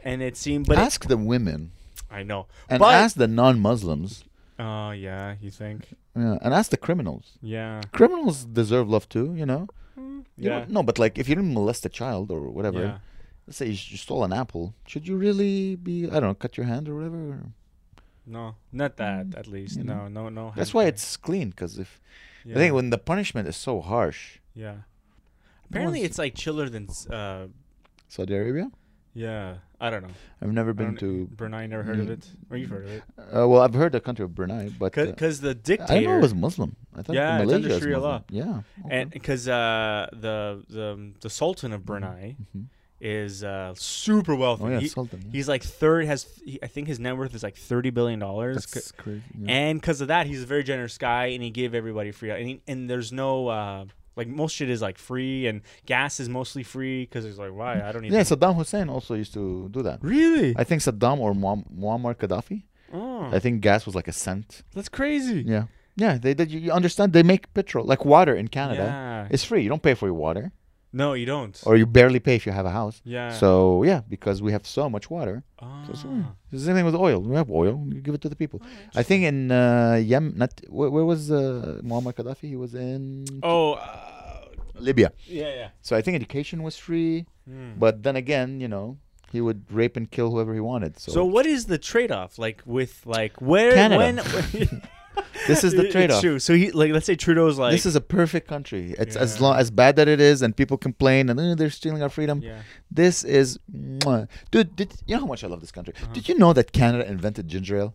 A: and it seemed. But it-
B: Mm. ask the women
A: I know.
B: and
A: but
B: ask the non-Muslims
A: oh yeah, you think
B: yeah, and ask the criminals.
A: yeah
B: Criminals deserve love too, you know. You
A: yeah
B: don't- No, but like if you didn't molest a child or whatever,
A: yeah.
B: let's say you s- you stole an apple, should you really be I don't know, cut your hand or whatever?
A: No, not that. At least
B: you know.
A: no, no, no.
B: That's why
A: handcuffing.
B: it's clean because if
A: Yeah.
B: I think when the punishment is so harsh,
A: yeah. Apparently,
B: one's-
A: it's like chiller than. s- Uh,
B: Saudi Arabia.
A: yeah, I don't know.
B: I've never
A: I
B: been
A: don't- e-
B: to.
A: Brunei. Never heard of
B: Mm.
A: it. Or you've heard of it?
B: Uh, well, I've heard the country of Brunei, but uh,
A: Because the
B: I didn't know
A: dictator
B: it was Muslim. I thought
A: Yeah, it's
B: Malaysia
A: under
B: is
A: Sharia
B: Muslim.
A: law.
B: Yeah.
A: and because uh, the the the Sultan of Brunei
B: Mhm.
A: is uh, super wealthy.
B: oh yeah,
A: He-
B: Sultan. Yeah.
A: he's like third has he, I think his net worth is like thirty billion dollars.
B: That's crazy. Yeah.
A: And because of that, he's a very generous guy, and he gave everybody free. And he, and there's no uh, like most shit is like free, and gas is mostly free because it's like why I don't need.
B: yeah,
A: that.
B: Saddam Hussein also used to do that.
A: Really?
B: I think Saddam or Muam- Muammar Gaddafi.
A: oh,
B: I think gas was like a cent.
A: that's crazy.
B: Yeah. Yeah, they did. You, you understand? They make petrol like water in Canada.
A: Yeah.
B: It's free. You don't pay for your water,
A: No, you don't.
B: or you barely pay if you have a house.
A: yeah.
B: So yeah, because we have so much water,
A: Ah. Oh,
B: So it's- It's the same thing with oil. We have oil. We give it to the people. I think in uh, Yemen, not where, where was uh, Muammar Gaddafi? He was in
A: Oh. Uh,
B: Libya.
A: yeah.
B: So I think education was free,
A: Yeah. Hmm.
B: but then again, you know, he would rape and kill whoever he wanted. So,
A: So what is the trade-off like with like where
B: Canada.
A: when
B: this is the
A: It's
B: trade-off.
A: true. So he like let's say Trudeau's like
B: this is a perfect country. It's as
A: Yeah.
B: long as bad that it is, and people complain, and "Oh, they're stealing our freedom.
A: yeah.
B: This is, mwah. dude. Did you know how much I love this country?
A: Uh-huh.
B: Did you know that Canada invented ginger ale?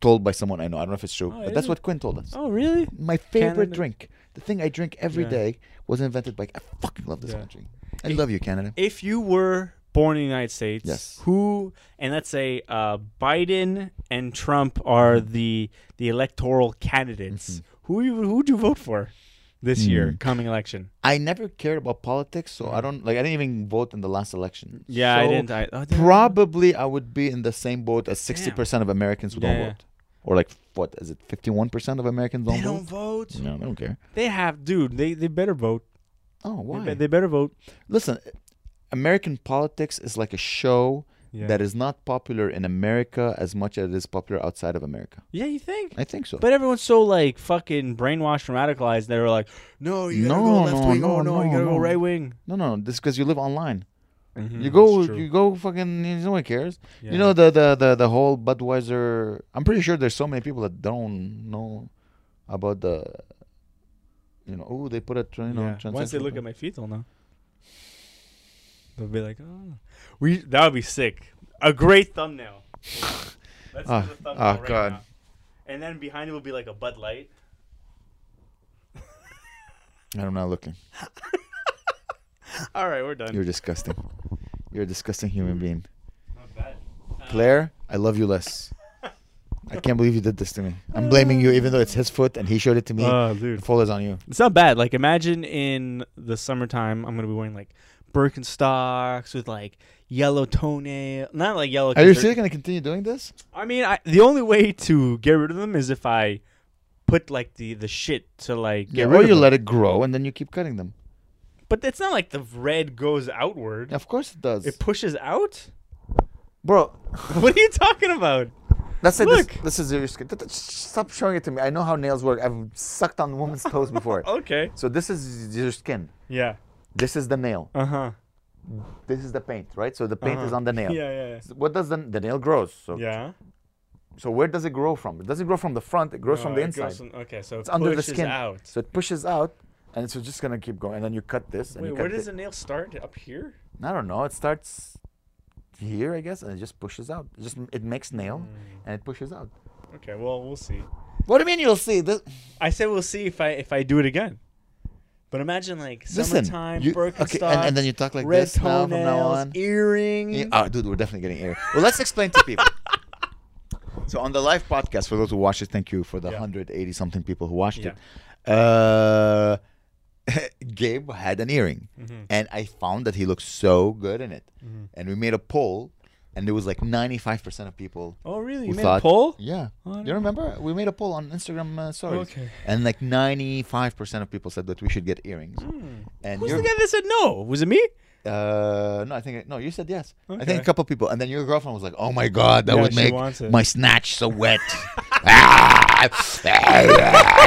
B: Told by someone I know. I don't know if it's true,
A: Oh,
B: but
A: is
B: that's
A: it?
B: what Quinn told us.
A: Oh really?
B: My favorite
A: Canada.
B: drink, the thing I drink every
A: Yeah.
B: day, was invented by. I fucking love this
A: Yeah.
B: country. I love you, Canada.
A: If you were born in the United States,
B: Yes.
A: who and let's say uh, Biden and Trump are
B: Mm-hmm.
A: the the electoral candidates. Who you, who would you vote for this
B: Hmm.
A: year coming election?
B: I never cared about politics, so I don't like. I didn't even vote in the last election.
A: Yeah, I
B: So
A: didn't. I, oh, did I?
B: Probably, I would be in the same boat as sixty percent of Americans who don't
A: Yeah.
B: vote, or like what is it? Fifty-one percent of Americans don't
A: they don't
B: vote.
A: vote.
B: No, I don't care.
A: They have, dude. They they better vote.
B: Oh,
A: They,
B: why?
A: be- they better vote.
B: Listen, American politics is like a show
A: Yeah.
B: that is not popular in America as much as it is popular outside of America.
A: yeah, you think?
B: I think so.
A: But everyone's so like fucking brainwashed and radicalized. They're like, no, you gotta go
B: No,
A: left
B: no,
A: wing.
B: no,
A: oh no, you
B: no,
A: gotta
B: no.
A: go right wing.
B: no, no, this because you live online. You
A: Mhm,
B: go,
A: it's true.
B: you go, fucking. No one cares.
A: Yeah.
B: You know the, the the the whole Budweiser. I'm pretty sure there's so many people that don't know about the. You know, oh, they put a tra- you know.
A: Yeah. Once they
B: transsexual
A: look
B: thing.
A: at my feet, they'll know. They'll be like, oh, we that would be sick. A great thumbnail. Let's
B: Ah,
A: do the thumbnail
B: ah,
A: right
B: God.
A: now. And then behind it will be like a Bud Light.
B: I'm not looking.
A: All right, we're done.
B: You're disgusting. You're a disgusting human being.
A: Not bad.
B: Claire, I love you less. I can't believe you did this to me. I'm blaming you, even though it's his foot and he showed it to me.
A: Oh,
B: the
A: dude.
B: fault is on you.
A: It's not bad. Like imagine in the summertime, I'm gonna be wearing like Birkenstocks with like yellow toenail. Not like yellow.
B: Are you
A: 'cause they're-
B: still gonna continue doing this?
A: I mean, I, the only way to get rid of them is if I put like the the shit to like get
B: or
A: rid of
B: you
A: them.
B: let it grow and then you keep cutting them.
A: But it's not like the red goes outward.
B: Of course it does,
A: It pushes out.
B: bro.
A: What are you talking about?
B: That's it.
A: Look.
B: This, this is your skin. Th- th- Stop showing it to me. I know how nails work. I've sucked on women's toes before.
A: Okay.
B: So this is your skin.
A: Yeah.
B: This is the nail.
A: Uh huh.
B: This is the paint, right? So the paint is
A: Uh-huh.
B: on the nail.
A: Yeah.
B: What does the the nail grows? So
A: Yeah. Yeah.
B: so where does it grow from? It doesn't grow from the front. It grows from
A: Oh,
B: the
A: it
B: inside.
A: goes in- okay, so
B: it's
A: it
B: under the
A: pushes
B: skin.
A: out.
B: So it pushes out, and it's just gonna keep going. And then you cut this. And
A: Wait,
B: you
A: where
B: cut
A: does
B: thi-
A: the nail start? Up here?
B: I don't know. It starts here, I guess, and it just pushes out. It just it makes nail,
A: Mm.
B: and it pushes out.
A: Okay. Well, we'll see.
B: What do you mean you'll see this?
A: I said we'll see if I if I do it again. But imagine like
B: Listen,
A: summertime,
B: you- okay,
A: Birkenstocks,
B: and- and then you talk like
A: red
B: this now from now
A: toenails,
B: on.
A: earrings.
B: Yeah, oh, dude, we're definitely getting air. Well, let's explain to people. so on the live podcast, for those who watch it, thank you for the
A: Yeah.
B: 180 something people who watched
A: Yeah.
B: it. Uh, Gabe had an earring,
A: Mm-hmm.
B: and I found that he looked so good in it. And we made a poll, and there was like 95% of people.
A: Oh, really?
B: who
A: You made a
B: thought-
A: poll?
B: Yeah.
A: Oh, I
B: you
A: don't-
B: remember? We made a poll on Instagram uh, stories.
A: Okay.
B: And like 95% of people said that we should get earrings. And
A: Hmm. Who's
B: your-
A: the guy that said no? Was it me?
B: uh, no, I think no. You said yes. I
A: Okay.
B: think a couple people, and then your girlfriend was like, "Oh my god, that
A: Yeah,
B: would
A: she
B: make
A: wants it.
B: my snatch so wet."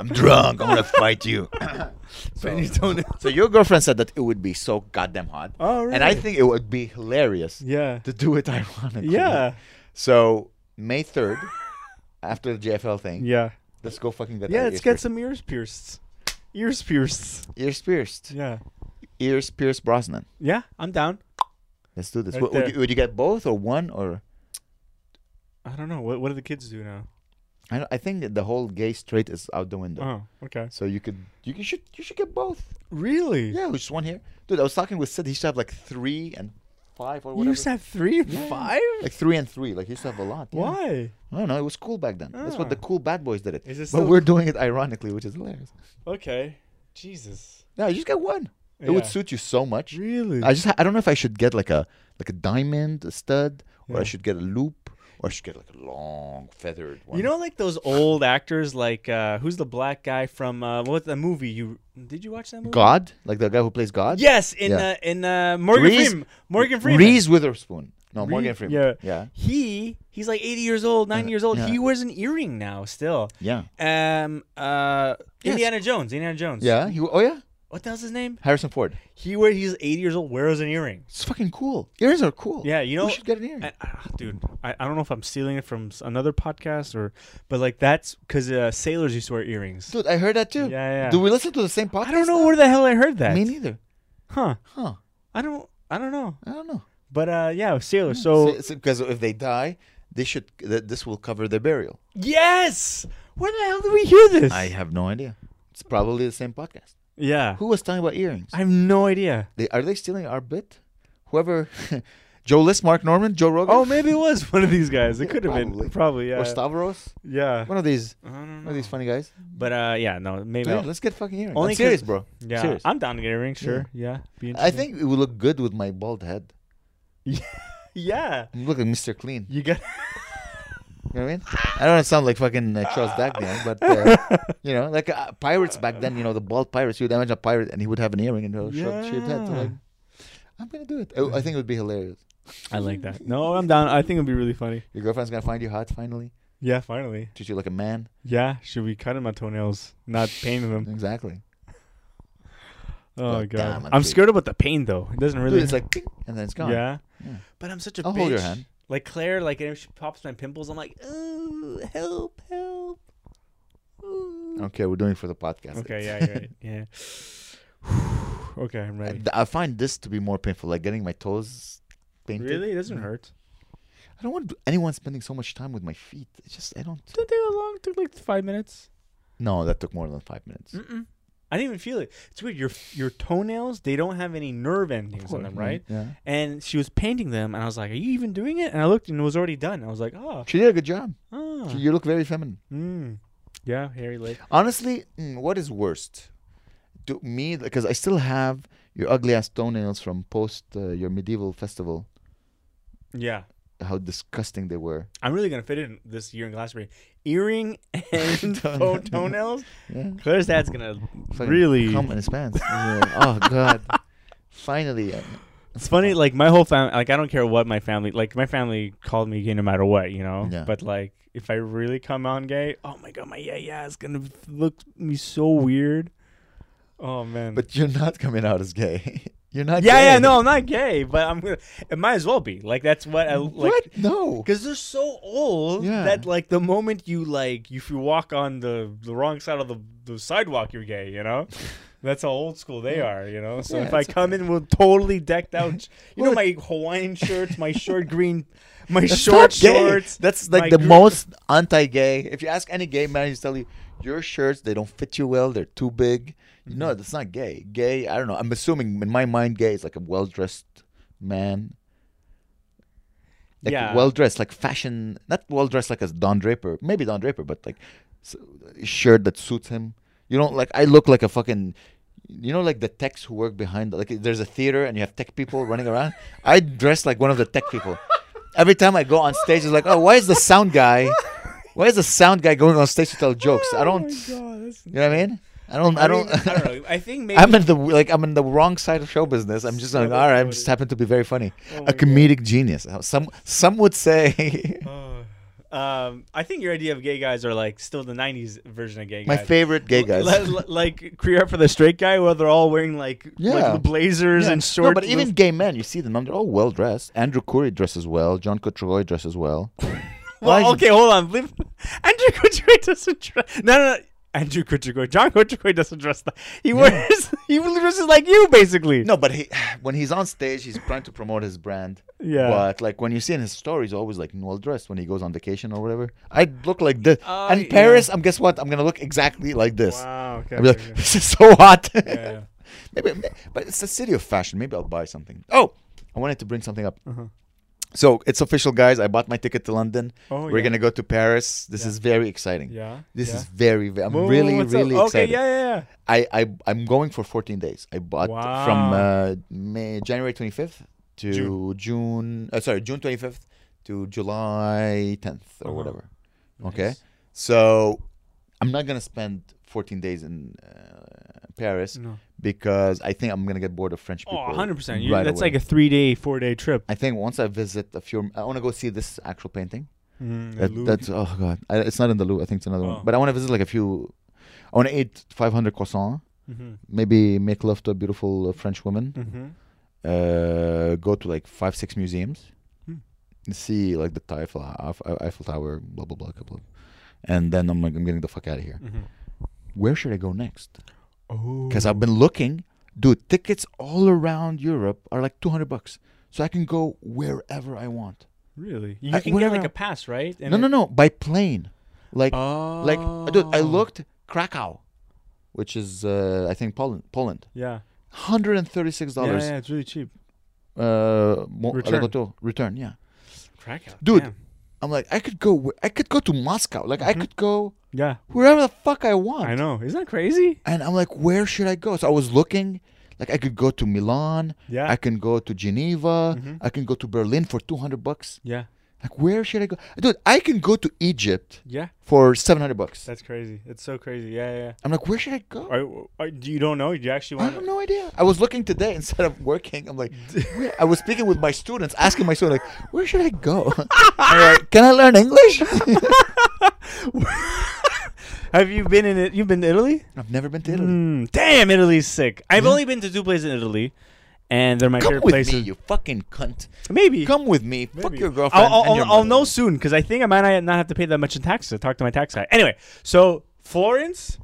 B: I'm drunk. I'm gonna fight you. so, so your girlfriend said that it would be so goddamn hot.
A: Oh,
B: And I
A: really?
B: think it would be hilarious
A: Yeah.
B: to do it ironically.
A: Yeah.
B: So May third, after the JFL thing,
A: Yeah.
B: let's go fucking get
A: Yeah,
B: our
A: let's
B: ears
A: get
B: pierced.
A: some ears pierced. Ears pierced.
B: ears pierced.
A: Yeah.
B: Ears pierced Brosnan.
A: Yeah, I'm down.
B: Let's do this.
A: Right
B: Would- would,
A: there.
B: you, would you get both or one or?
A: I don't know. What what do the kids do now?
B: I, don't- I think that the whole gay straight is out the window.
A: Oh, okay.
B: So you could you can should you should get both.
A: Really?
B: Yeah, just one here, dude. I was talking with Sid. He should have like three and five or
A: You
B: whatever.
A: used to have three and five?
B: like three and three. Like he used to have a lot. yeah.
A: Why?
B: I don't know. It was cool back then. That's what the
A: Ah.
B: cool bad boys did it.
A: Is it
B: but
A: still-
B: we're doing it ironically, which is hilarious.
A: Okay. Jesus.
B: No, you just get one. It would
A: Yeah.
B: suit you so much.
A: Really?
B: I just I don't know if I should get like a like a diamond a stud or I
A: Yeah.
B: should get a loop or I should get like a long feathered one.
A: You know, like those old actors, like uh, who's the black guy from uh, what the movie? You did you watch that movie?
B: God, like the guy who plays God.
A: Yes, in
B: Yeah.
A: uh, in uh, Morgan
B: Reese-
A: Freeman. Morgan Freeman.
B: Reese Witherspoon. No, Morgan
A: Reese-
B: Freeman. Yeah.
A: Yeah.
B: Yeah. Uh,
A: He he's like 80 years old, 90 years old.
B: yeah.
A: He wears an earring now still.
B: Yeah.
A: Um. Uh.
B: Yes.
A: Indiana Jones. Indiana Jones.
B: He, oh, yeah.
A: What the hell's his name?
B: Harrison Ford.
A: He where he's 80 years old wears an earring.
B: It's fucking cool. Ears are cool.
A: Yeah, you know,
B: We should get an earring.
A: I, ah, dude, I, I don't know if I'm stealing it from s- another podcast or, but like that's because uh, sailors used to wear earrings.
B: Dude, I heard that too.
A: Yeah, yeah.
B: Do we listen to the same podcast?
A: I don't know where the hell I heard that.
B: Me neither.
A: Huh?
B: Huh.
A: I don't. I don't know.
B: I don't know.
A: But uh, yeah,
B: Hmm.
A: sailors. So
B: because if they die, they should. Th- this will cover their burial.
A: yes. Where the hell did we hear this?
B: I have no idea. It's probably the same podcast.
A: yeah.
B: Who was talking about earrings?
A: I have no idea.
B: They, are they stealing our bit? Whoever, Joe List, Mark Norman, Joe Rogan.
A: Oh, maybe it was one of these guys. It could have
B: Probably.
A: been. Probably. Yeah.
B: Or Stavros.
A: Yeah.
B: One of these.
A: I don't
B: One of
A: know.
B: these funny guys.
A: But uh, yeah, no, maybe.
B: Yeah,
A: I'll-
B: let's get fucking earrings.
A: Only
B: I'm serious,
A: 'cause-
B: bro.
A: yeah,
B: Serious.
A: I'm down to get a ring. Sure. Yeah. Be
B: I
A: interesting.
B: think it would look good with my bald head.
A: Yeah.
B: You Look like Mr. Clean.
A: You got.
B: You know what I mean? I don't sound like fucking uh, Charles Dagnan, but uh, you know, like uh, pirates back then. You know, the bald pirates. You would imagine a pirate, and he would have an earring and a short shaved head. So
A: Yeah.
B: like, I'm gonna do it. Oh, I, I think it would be hilarious.
A: I like that. No, I'm down. I think it'd be really funny.
B: Your girlfriend's gonna find you hot finally,
A: Yeah. Finally.
B: treat you like a man.
A: Yeah. Should we cut in my toenails, not painting them?
B: Exactly.
A: Oh
B: But
A: god.
B: damn, I'm
A: I'm
B: creepy.
A: scared about the pain though. It doesn't really.
B: Dude, it's like, ping, and then it's gone.
A: Yeah.
B: Yeah.
A: But I'm such a
B: I'll
A: bitch.
B: hold your hand.
A: Like Claire, like and if she pops my pimples, I'm like, oh, help, help. Ooh."
B: Okay, we're doing it for the podcast.
A: Okay, yeah, you're right. yeah. okay, I'm
B: I,
A: ready.
B: th- I find this to be more painful, like getting my toes painted.
A: Really, it doesn't hurt.
B: I don't want anyone spending so much time with my feet. It's just I don't.
A: Didn't take that long. It took like five minutes.
B: No, that took more than five minutes.
A: Mm-mm. I didn't even feel it. It's weird. Your your toenails they don't have any nerve endings on them, right?
B: Yeah.
A: And she was painting them, and I was like, "Are you even doing it?" And I looked, and it was already done. I was like, "Oh,
B: She did a good job.
A: ah,
B: She- You look very feminine.
A: mm. yeah, hairy leg."
B: Honestly, mm, what is worst? To me, because I still have your ugly ass toenails from post uh, your medieval festival.
A: Yeah,
B: How disgusting they were.
A: I'm really gonna fit in this year in Glastonbury. Earring and toe
B: Toenail.
A: toenails.
B: Yeah.
A: Claire's dad's gonna
B: Fucking
A: really.
B: cum in his pants. Yeah. Oh god. Finally, uh,
A: It's funny, like my whole family. Like I don't care what my family. Like my family called me gay no matter what, you know.
B: Yeah.
A: But like, if I really come on gay, oh my god, my yeah yeah is gonna look me so weird. Oh man.
B: but you're not coming out as gay. You're not.
A: yeah
B: gay.
A: yeah no, I'm not gay, but I'm gonna. It might as well be. Like that's what I like.
B: what? No.
A: Because they're so old
B: Yeah.
A: that like the moment you like if you walk on the the wrong side of the, the sidewalk, you're gay. You know, that's how old school they are. You know, so
B: Yeah,
A: if I
B: it's
A: come in with totally decked out, sh- you know,
B: Well,
A: my Hawaiian shirts, my short green, my
B: That's
A: short
B: not gay.
A: shorts.
B: That's like
A: my
B: the
A: gr-
B: most anti-gay. If you ask any gay man, he's tell you your shirts they don't fit you well. They're too big. You know that's not gay. Gay. I don't know. I'm assuming in my mind, gay is like a well-dressed man. Like
A: Yeah.
B: well dressed, like fashion, not well dressed like as Don Draper, maybe Don Draper, but like s- shirt that suits him. You don't like. I look like a fucking. You know, like the techs who work behind, like there's a theater and you have tech people running around. I dress like one of the tech people. Every time I go on stage, it's like, oh, why is the sound guy? Why is the sound guy going on stage to tell jokes? I
A: Oh my
B: don't. You
A: God, that's-
B: know what I mean? I don't. I, don't.
A: mean, I don't know. I think maybe
B: I'm in the like I'm in the wrong side of show business. I'm just
A: So
B: like, all right, I
A: funny. Oh
B: just happen to be very funny,
A: my
B: a
A: God.
B: comedic genius. Some some would say
A: um, I think your idea of gay guys are like still the '90s version of gay guys.
B: my favorite gay
A: L-
B: guys.
A: l- l- like career for the straight guy, where they're all wearing like,
B: Yeah.
A: like blazers
B: Yeah.
A: and shorts.
B: No, but even gay men, you see them. They're all well dressed. Andrew Curry dresses well. John Cotroy dresses well. Why is
A: Well,
B: it-
A: okay, hold on. Leave- Andrew Kutcher doesn't dress. No, no, no. Andrew Kutcher, John Kutcher doesn't dress. That. He wears. He dresses like you, basically.
B: No, but he when he's on stage, he's trying to promote his brand.
A: Yeah.
B: But like when you see in his stories, always like well dressed when he goes on vacation or whatever. I look like this.
A: Oh,
B: and
A: yeah.
B: Paris, I'm guess what? I'm gonna look exactly like this.
A: Wow. Okay.
B: I'll be like, this is so hot.
A: yeah.
B: Maybe, but it's the city of fashion. Maybe I'll buy something. Oh, I wanted to bring something up.
A: Uh-huh.
B: So it's official, guys. I bought my ticket to London.
A: Oh,
B: We're
A: yeah.
B: gonna go to Paris. This
A: Yeah.
B: is very exciting.
A: Yeah,
B: This
A: yeah.
B: is very. ve- I'm
A: Whoa,
B: really,
A: what's up?
B: really
A: okay,
B: excited.
A: Yeah, yeah, yeah.
B: I, I, I'm going for 14 days. I bought from
A: Wow.
B: uh, May, January 25th to June. uh, sorry, June 25th to July 10th or
A: Uh-huh.
B: whatever. Okay. So I'm not gonna spend 14 days in uh, Paris
A: No.
B: because I think I'm gonna get bored of French people.
A: Mm. Oh, 100 percent.
B: right
A: That's
B: away.
A: like a three-day, four-day trip.
B: I think once I visit a few, I want to go see this actual painting.
A: Mm,
B: That, that's oh god, I, it's not in the Louvre. I think it's another
A: Oh.
B: one. But I want to visit like a few. I want to eat 500 croissants.
A: hmm
B: Maybe make love to a beautiful uh, French woman.
A: hmm
B: Uh, go to like five six museums.
A: Hmm.
B: and See like the Eiffel, Eif- Eiffel Tower, blah blah blah, blah, blah, and then I'm like I'm getting the fuck out of here.
A: Mhm.
B: Where should I go next?
A: Oh.
B: Because I've been looking, dude. Tickets all around Europe are like 200 bucks, so I can go wherever I want.
A: Really? You
B: I-
A: can get
B: whatever.
A: like a pass, right? And
B: no, no,
A: it-
B: no, by plane. Like,
A: Oh.
B: like, dude, I looked Krakow, which is uh, I think Poland. Poland,
A: Yeah.
B: hundred and thirty-six
A: Yeah,
B: dollars.
A: yeah, it's really cheap.
B: Uh, mo-
A: Return.
B: aller-retour, return. Yeah,
A: Krakow.
B: dude,
A: damn.
B: I'm like, I could go. wh- I could go to Moscow. Like, I could go
A: Yeah.
B: wherever the fuck I want.
A: Mm-hmm. I know. Isn't that crazy?
B: And I'm like, where should I go? So I was looking. Like, I could go to Milan.
A: Yeah. Mm-hmm.
B: I can go to Geneva. I can go to Berlin for two hundred bucks.
A: Yeah.
B: Like, where should I go, dude? I can go to Egypt
A: Yeah.
B: for seven hundred bucks.
A: That's crazy. It's so crazy. Yeah, yeah.
B: I'm like, where should I go?
A: yeah. Are, are, do you don't know? You actually
B: I
A: want?
B: have no idea. I was looking today instead of working. I'm like, where- I was speaking with my students, asking my students, like, where should I go? I'm like, Can I learn English?
A: Have you been in it? You've been to Italy?
B: I've never been to Italy.
A: Mm, damn, Italy's sick. I've only been to two places in Italy, and they're my
B: Hmm? Come
A: favorite
B: with
A: places.
B: me, you fucking cunt.
A: Maybe.
B: Come with me. Fuck
A: Maybe.
B: your girlfriend.
A: I'll, I'll,
B: and your
A: I'll- I'll
B: mother.
A: know soon because I think I might not have to pay that much in taxes. I talked to my tax guy. Anyway, so Florence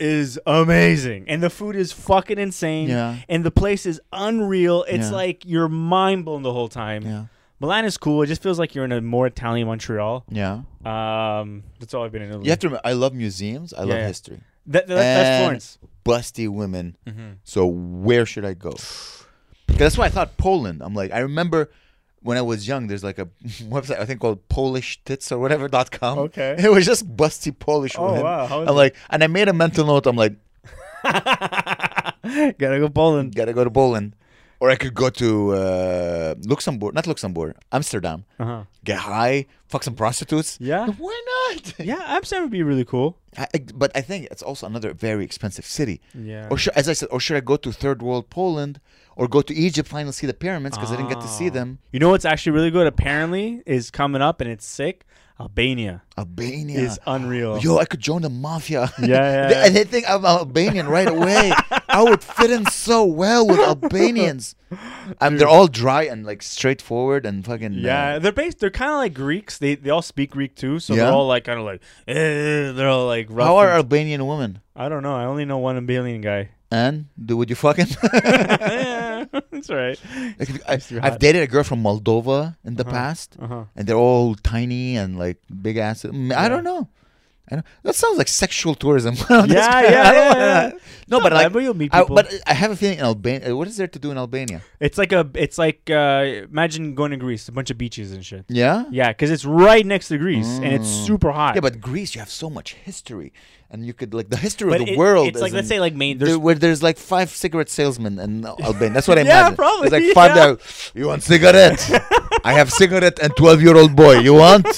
A: is amazing, and the food is fucking insane.
B: Yeah.
A: And the place is unreal. It's
B: Yeah.
A: like you're mind blown the whole time.
B: Yeah.
A: Milan is cool. It just feels like you're in a more Italian Montreal.
B: Yeah.
A: Um, that's all I've been in Italy.
B: You have to remember, I love museums. I love
A: Yeah.
B: history.
A: That, that, that's
B: and
A: Florence.
B: Busty women.
A: Mm-hmm.
B: So where should I go? 'Cause that's why I thought Poland. I'm like, I remember when I was young. There's like a website I think called Polish Tits or whatever dot com.
A: Okay.
B: It was just busty Polish
A: Oh,
B: women.
A: wow. How is
B: I'm like, and I made a mental note. I'm like,
A: Gotta go Poland.
B: gotta go to Poland, or I could go to uh, Luxembourg. Not Luxembourg, Amsterdam.
A: Uh-huh.
B: Get high, fuck some prostitutes.
A: Yeah.
B: Why not?
A: Yeah, Amsterdam would be really cool.
B: I, I- but I think it's also another very expensive city.
A: Yeah.
B: Or should, as I said, or should I go to third world Poland or go to Egypt finally see the pyramids because I didn't get to see
A: Oh.
B: them.
A: You know what's actually really good? Apparently, is coming up and it's sick. Albania
B: Albania.
A: is unreal.
B: Yo, I could join the mafia.
A: Yeah, yeah,
B: They-
A: yeah.
B: and they think I'm Albanian right away. I would fit in so well with Albanians. Um, they're all dry and like straightforward and fucking. uh,
A: yeah, they're based. They're kind of like Greeks. They they all speak Greek too, so
B: Yeah?
A: they're all like kind of like eh, they're all like rough.
B: how are
A: and-
B: Albanian women?
A: I don't know. I only know one Albanian guy.
B: And do would you fucking?
A: yeah, that's right.
B: I,
A: you're
B: I've
A: hot.
B: dated a girl from Moldova in the past,
A: Uh-huh.
B: and they're all tiny and like big ass. Mm, I don't know. I don't, that sounds like sexual tourism. yeah,
A: Yeah, yeah, yeah, yeah.
B: No,
A: Not
B: but
A: bad,
B: like,
A: but you'll meet
B: I,
A: people.
B: but I have a feeling in Albania. uh, What is there to do in Albania?
A: It's like a. It's like uh, imagine going to Greece, a bunch of beaches and shit.
B: Yeah,
A: Yeah, because it's right next to Greece and it's super hot.
B: Mm. yeah. But Greece, you have so much history, and you could like the history
A: But
B: of
A: it-
B: the world.
A: It's like
B: is
A: let's
B: in-
A: say like Maine. There's
B: there, where there's like five cigarette salesmen in Albania. That's what I
A: Yeah,
B: imagine.
A: probably,
B: There's like five
A: yeah.
B: that you want cigarette? I have cigarette and twelve year old boy. You want?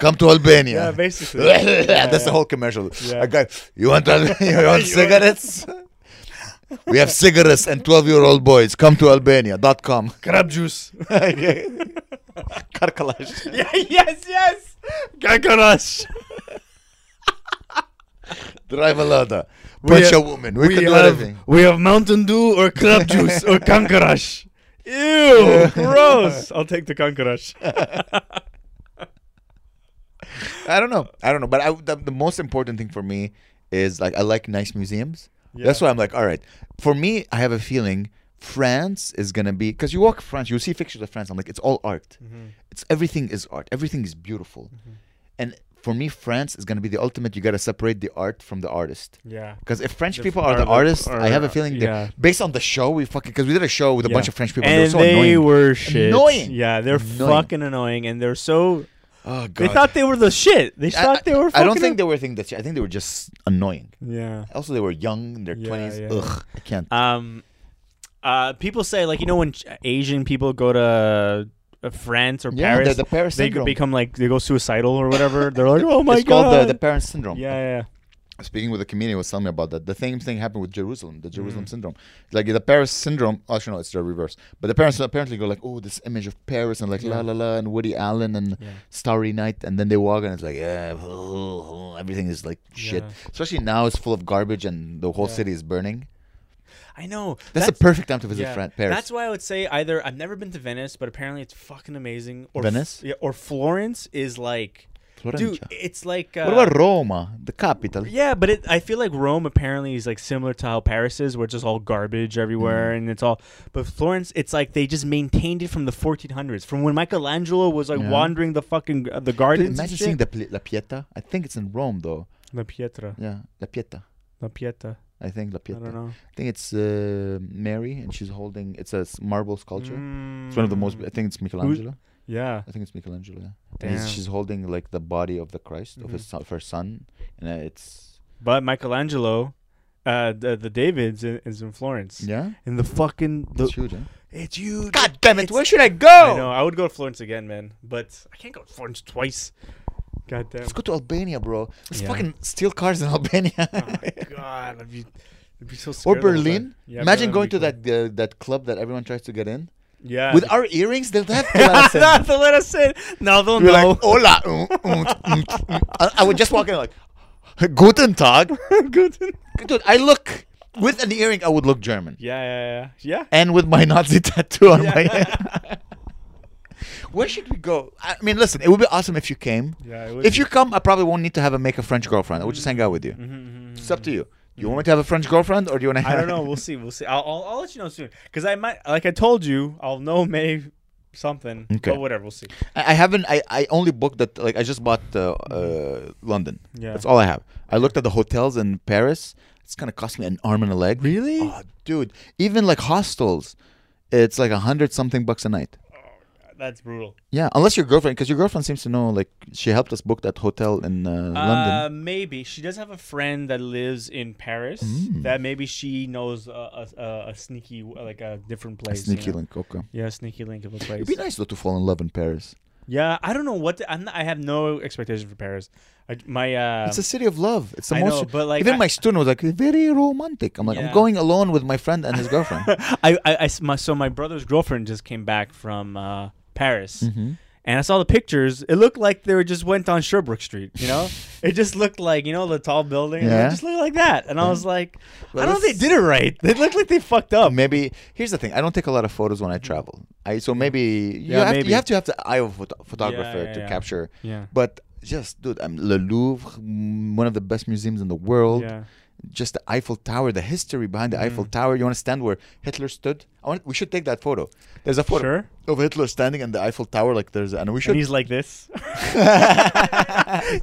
B: Come to Albania.
A: Yeah, basically.
B: That's the whole commercial.
A: Yeah.
B: A guy, you want Al- you want cigarettes? we have cigarettes and twelve year old boys. Come to Albania.com.
D: Crab juice.
B: Karkalash.
A: yeah, yes, yes.
D: Kakarash.
B: Drive a loader.
D: We
B: Punch
D: have-
B: a woman. We, can do
D: have,
B: everything.
D: We have Mountain Dew or crab juice or kankarash.
A: Ew, gross. I'll take the kankarash.
B: I don't know. I don't know. But I, the, the most important thing for me is like I like nice museums. That's why I'm like, all right. For me, I have a feeling France is gonna be because you walk France, you see pictures of France. I'm like, it's all art.
A: Mm-hmm.
B: It's everything is art. Everything is beautiful. And for me, France is gonna be the ultimate. You gotta separate the art from the artist.
A: Yeah.
B: Because if French
A: The-
B: people are
A: are
B: the
A: the-
B: artists, I have a
A: are-
B: feeling they're
A: yeah.
B: based on the show we fucking because we did a show with a bunch of French people.
A: and
B: they were so
A: they
B: annoying.
A: were shit.
B: Annoying.
A: Yeah, they're
B: Annoying.
A: fucking annoying, and they're so.
B: oh god.
A: They thought they were the shit. They
B: I-
A: thought they
B: I-
A: were. Fucking
B: I don't think they were thinking that. shit. I think they were just annoying.
A: Yeah.
B: Also, they were young in their
A: Yeah,
B: twenties.
A: yeah.
B: Ugh, I can't.
A: Um, uh, people say like you know when Ch- Asian people go to uh, France or
B: Yeah,
A: Paris,
B: the, the Paris
A: they
B: syndrome.
A: become like they go suicidal or whatever. They're like, oh my
B: it's
A: god.
B: called the, the Paris syndrome.
A: yeah, yeah, yeah.
B: Speaking with a comedian was telling me about that. The same thing happened with Jerusalem, the Jerusalem
A: Mm.
B: syndrome. Like the Paris syndrome. Actually, no, it's the reverse. But the parents apparently go like, oh, this image of Paris and like la la la and Woody Allen and
A: Yeah.
B: Starry Night, and then they walk and it's like, yeah, oh, oh, everything is like shit.
A: Yeah.
B: Especially now, it's full of garbage and the whole city is burning.
A: I know.
B: That's, the perfect time to visit Fran- Paris.
A: That's why I would say either I've never been to Venice, but apparently it's fucking amazing. Or F-
B: Venice?
A: yeah, or Florence is like, dude,
B: Florencia.
A: it's like. Uh,
B: what about Roma, the capital?
A: Yeah, but it, I feel like Rome apparently is like similar to how Paris is, where it's just all garbage everywhere
B: Mm.
A: and it's all. But Florence, it's like they just maintained it from the 1400s, from when Michelangelo was like
B: Yeah.
A: wandering the fucking uh, the
B: Dude,
A: gardens.
B: imagine
A: and shit.
B: seeing the Pli- La Pieta. I think it's in Rome though.
A: La Pietra,
B: Yeah, La Pieta.
A: La Pieta.
B: I think La
A: I
B: Pieta.
A: don't know.
B: I think it's uh, Mary, and she's holding. It's a s- marble sculpture. It's one of the most. I
A: Mm,
B: think it's Michelangelo.
A: Yeah.
B: I think it's Michelangelo. Yeah. And
A: Damn.
B: he's,
A: Mm-hmm.
B: she's holding like the body of the Christ of his son, of her son, and uh, it's
A: But Michelangelo, uh, the, the David's i- is in Florence.
B: yeah,
A: And the fucking
B: it's
A: the,
B: huge. Eh?
A: it's huge.
B: God damn it! Where should I
A: I know.
B: go?
A: I would go to Florence again, man. But I can't go to Florence twice. God damn.
B: Let's go to Albania, bro. Let's
A: Yeah.
B: fucking steal cars in Albania.
A: Oh God, I'd be, I'd be so
B: Or
A: scared. the whole
B: Berlin.
A: time. Yeah,
B: Imagine
A: Berlin would
B: going
A: be
B: to
A: cool.
B: that uh, that club that everyone tries to get in.
A: Yeah.
B: With our earrings, they'll have to let us in.
A: Not to let us in. No, they'll
B: You're
A: know.
B: like, hola. mm, mm, mm, mm." I, I would just walk in like, guten tag.
A: Good.
B: Dude, I look, with an earring, I would look German.
A: Yeah, yeah, yeah. Yeah.
B: And with my Nazi tattoo on my
A: Yeah.
B: head. Where should we go? I mean, listen, it would be awesome if you came.
A: Yeah, it would
B: If you come, I probably won't need to have a make a French girlfriend. I would just hang out with you.
A: Mm-hmm,
B: It's up to you. Do you want me to have a French girlfriend or do you want to
A: I don't know. We'll see. We'll see. I'll, I'll, I'll let you know soon. Because I might, like I told you, I'll know May something.
B: Okay.
A: But whatever, we'll see.
B: I I haven't. I, I only booked that. Like I just bought uh, uh, London.
A: Yeah.
B: That's all I have. I looked at the hotels in Paris. It's gonna cost me an arm and a leg.
A: Really?
B: Oh, dude. Even like hostels, it's like a hundred something bucks a night.
A: That's brutal.
B: Yeah, unless your girlfriend, because your girlfriend seems to know. Like she helped us book that hotel in uh,
A: Uh,
B: London.
A: maybe she does have a friend that lives in Paris.
B: Mm.
A: That maybe she knows a, a, a, a sneaky like a different place. you
B: Sneaky
A: know?
B: link. Okay.
A: Yeah, a sneaky link of a place.
B: It'd be nice though to fall in love in Paris.
A: Yeah, I don't know what the, I'm not, I have no expectation for Paris. I, my uh,
B: It's a city of love. It's the
A: I
B: most.
A: know, but, like,
B: even
A: I-
B: my student was like very romantic. I'm like
A: Yeah.
B: I'm going alone with my friend and his girlfriend.
A: I, I- I s- my, so my brother's girlfriend just came back from uh, Paris,
B: Mm-hmm.
A: and I saw the pictures. It looked like they were just went on Sherbrooke Street. You know, it just looked like you know the tall building. It
B: Yeah.
A: just looked like that, and I was like,
B: Well,
A: I don't think
B: that's-
A: they did it right. They looked like they fucked up.
B: maybe here's the thing i don't take a lot of photos when i travel i so maybe you,
A: Yeah,
B: have, To,
A: maybe.
B: you have to have the eye of a photo- photographer
A: yeah,
B: to
A: yeah.
B: capture
A: Yeah.
B: but just dude i'm le louvre mm, one of the best museums in the world
A: Yeah. Mm.
B: just the eiffel tower the history behind the eiffel tower you want to stand where hitler stood I want, we should take that photo there's a photo
A: Sure.
B: of hitler standing in the eiffel tower like there's and we should
A: And he's like this.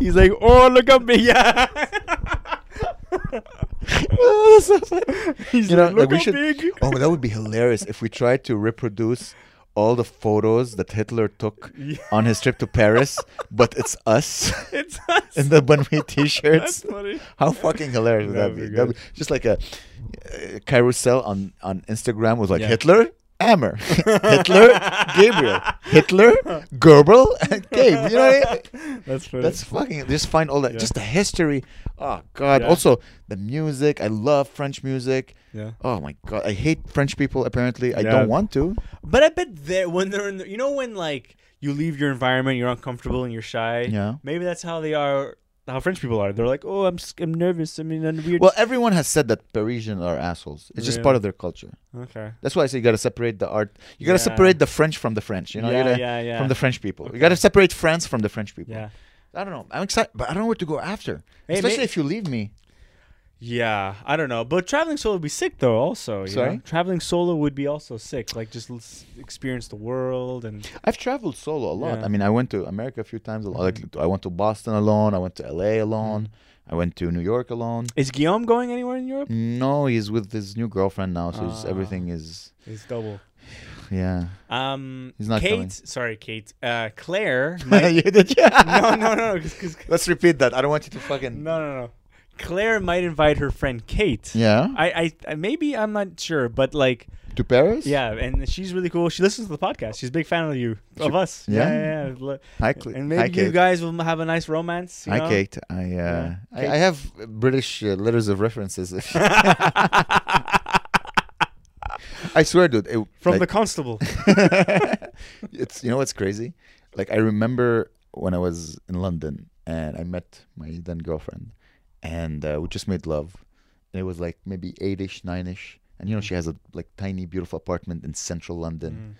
A: he's like, oh look at me, yeah.
B: That's so funny.
A: He's
B: you know,
A: like,
B: like
A: look
B: we
A: how
B: should.
A: big.
B: Oh, but that would be hilarious if we tried to reproduce all the photos that Hitler took
A: Yeah.
B: on his trip to Paris, but it's us
A: It's us.
B: in the Bunwee
A: That's
B: t-shirts.
A: funny.
B: How fucking hilarious would that
A: That'd
B: be?
A: be
B: That'd be just like a, uh carousel on on Instagram was like
A: Yeah.
B: Hitler. Ammer, Hitler, Gabriel, Hitler, Goebbels, and Gabe. You know, what I mean?
A: That's funny.
B: That's fucking. Just find all that.
A: Yeah.
B: Just the history. Oh God.
A: Yeah.
B: Also the music. I love French music.
A: Yeah.
B: Oh my God. I hate French people. Apparently, I
A: Yeah.
B: don't want to.
A: But I bet they when they're in, the, you know, when like you leave your environment, you're uncomfortable and you're shy.
B: Yeah.
A: Maybe that's how they are. How French people are. They're like, oh, I'm s- I'm nervous. I mean, I'm weird.
B: Well, everyone has said that Parisians are assholes. It's just
A: Really?
B: part of their culture.
A: okay.
B: That's why I say you gotta separate the art. You gotta
A: Yeah.
B: separate the French from the French. You know, you
A: Yeah,
B: gotta-
A: yeah, yeah.
B: from the French people.
A: Okay.
B: You gotta separate France from the French people.
A: Yeah.
B: I don't know. I'm excited, but I don't know what to go after.
A: Hey,
B: Especially
A: may-
B: if you leave me.
A: Yeah. I don't know. But traveling solo would be sick though. Also, you
B: Sorry?
A: know? traveling solo would be also sick. Like just l- s- experience the world and
B: I've traveled solo a lot.
A: Yeah. Mm-hmm.
B: I mean, I went to America a few times. alone. Like, I went to Boston alone. I went to LA alone. I went to New York alone.
A: is Guillaume going anywhere in Europe?
B: No, he's with his new girlfriend now, so he's,
A: Ah.
B: everything is
A: It's double.
B: yeah.
A: Um,
B: He's not
A: Kate.
B: coming.
A: Sorry, Kate. Uh, Claire. might-
B: You did- yeah.
A: no, no, no, because
B: Let's repeat that. I don't want you to fucking.
A: No, no, no. Claire might invite her friend Kate.
B: Yeah.
A: I, I, I maybe I'm not sure, but like,
B: to Paris.
A: yeah, and she's really cool. She listens to the podcast. She's a big fan of you, of us.
B: yeah.
A: yeah. yeah, yeah.
B: Hi, Cl-
A: and
B: hi,
A: maybe you
B: Kate.
A: guys will have a nice romance. You
B: Hi,
A: know?
B: Kate. I, uh,
A: Yeah.
B: I
A: Kate.
B: I have British uh, letters of references. If- I swear, dude. It,
A: From
B: like-
A: the constable.
B: it's you know what's crazy? Like I remember when I was in London and I met my then girlfriend, and uh, we just made love, and it was like maybe eight-ish, nine-ish, and you know she has a like tiny, beautiful apartment in central London,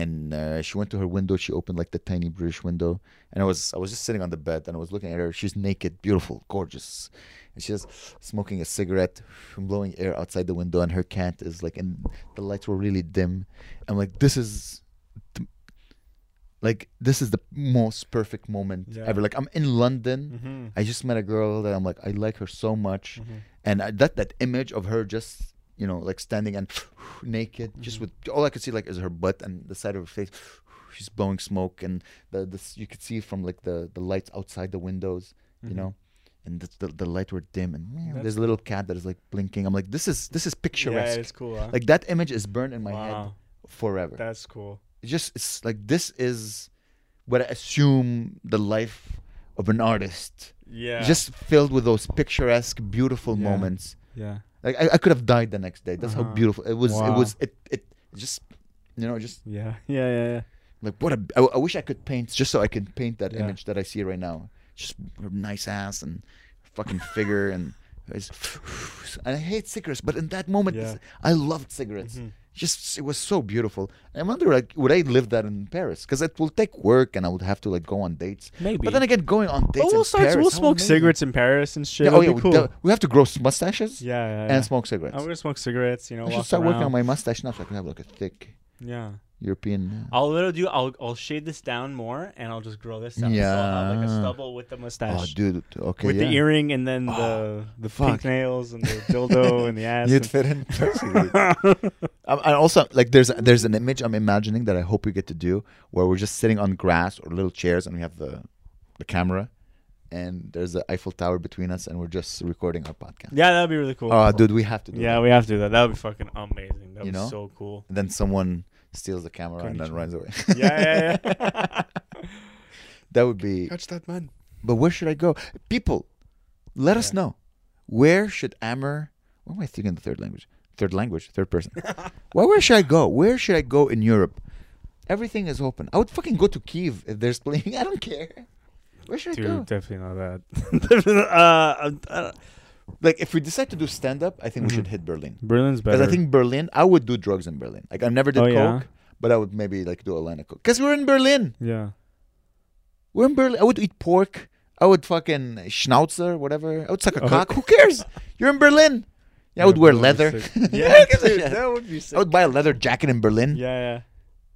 B: and uh, she went to her window. She opened like the tiny British window, and I was I was just sitting on the bed and I was looking at her. She's naked, beautiful, gorgeous, and she's smoking a cigarette, blowing air outside the window, and her cat is like, and the lights were really dim. I'm like, this is like this is the most perfect moment
A: Yeah.
B: ever like i'm in london
A: Mhm.
B: i just met a girl that i'm like i like her so much
A: Mm. Mm-hmm.
B: and I, that that image of her just you know like standing and naked
A: Mm-hmm.
B: just with all i could see like is her butt and the side of her face she's blowing smoke and the this you could see from like the the lights outside the windows you
A: Mm-hmm.
B: know and the, the, the light were dim and meow, there's a little cat that is like blinking i'm like this is this is
A: yeah,
B: picturesque
A: it's cool. Huh?
B: like that image is burned in my head
A: Wow.
B: forever
A: That's cool.
B: it just it's like this is what I assume the life of an artist.
A: Yeah.
B: Just filled with those picturesque, beautiful
A: Yeah.
B: moments.
A: yeah.
B: Like I, I could have died the next day. That's how
A: Uh-huh.
B: beautiful it was. It
A: Wow.
B: was it it just you know just
A: Yeah. Yeah. Yeah. Yeah.
B: like what a I, I wish I could paint just so I could paint that
A: Yeah.
B: image that I see right now. Just her nice ass and her fucking figure and. it's- And I hate cigarettes, but in that moment,
A: Yeah. Mm-hmm.
B: I loved cigarettes. Just it was so beautiful. I wonder, like, would I live that in Paris? Because it will take work, and I would have to like go on dates.
A: Maybe.
B: But then again, going on dates.
A: But we'll
B: in
A: start.
B: Paris,
A: we'll
B: how
A: smoke
B: amazing.
A: cigarettes in Paris and shit.
B: Yeah,
A: It'll
B: oh yeah,
A: be
B: we,
A: cool.
B: de- we have to grow s- mustaches
A: yeah, yeah, yeah.
B: and smoke cigarettes.
A: I'm gonna smoke cigarettes. You know,
B: I
A: walk
B: should start working
A: around.
B: on my mustache now so I can have like a thick
A: Yeah.
B: European. uh,
A: I'll little do. I'll I'll shade this down more, and I'll just grow this out. So I'll have like a
B: Yeah.
A: stubble with the mustache,
B: Oh, dude. Okay.
A: with
B: yeah. Oh,
A: the earring, and then the the pink
B: fuck.
A: nails and the dildo and the ass.
B: You'd
A: and-
B: fit in perfectly. um, and also, like, there's there's an image I'm imagining that I hope we get to do where we're just sitting on grass or little chairs and we have the the camera and there's the Eiffel Tower between us and we're just recording our podcast.
A: yeah, that'd be really cool.
B: Oh, dude, we have to do
A: yeah,
B: that.
A: we have to do that. That would be fucking amazing. That
B: You
A: would be
B: know?
A: so cool.
B: And then someone steals the camera and then
A: Konnichiwa.
B: runs away.
A: Yeah, yeah, yeah.
B: that would be.
D: Catch that man.
B: But where should I go? People, let us
A: Yeah.
B: know. Where should Amr? What am I thinking? The third language, third language, third person. well, where should I go? Where should I go in Europe? Everything is open. I would fucking go to Kiev if there's playing. I don't care. Where should I go?
A: Dude, definitely not that. Definitely not- uh, uh,
B: like, if we decide to do stand up, I think we should hit Berlin.
A: Berlin's Mm-hmm. better.
B: Because I think Berlin, I would do drugs in Berlin. Like, I've never did
A: Oh,
B: coke,
A: yeah?
B: but I would maybe like do a line of coke. Because we're in Berlin.
A: Yeah.
B: We're in Berlin. I would eat pork. I would fucking schnauzer, whatever. I would suck a
A: Oh.
B: cock. Who cares? You're in Berlin. Yeah, I would
A: Yeah,
B: wear
A: Berlin's
B: leather.
A: sick.
B: Yeah,
A: yeah,
B: give a
A: dude,
B: shit. Oh,
A: that would be sick.
B: I would buy a leather jacket in Berlin.
A: Yeah, yeah.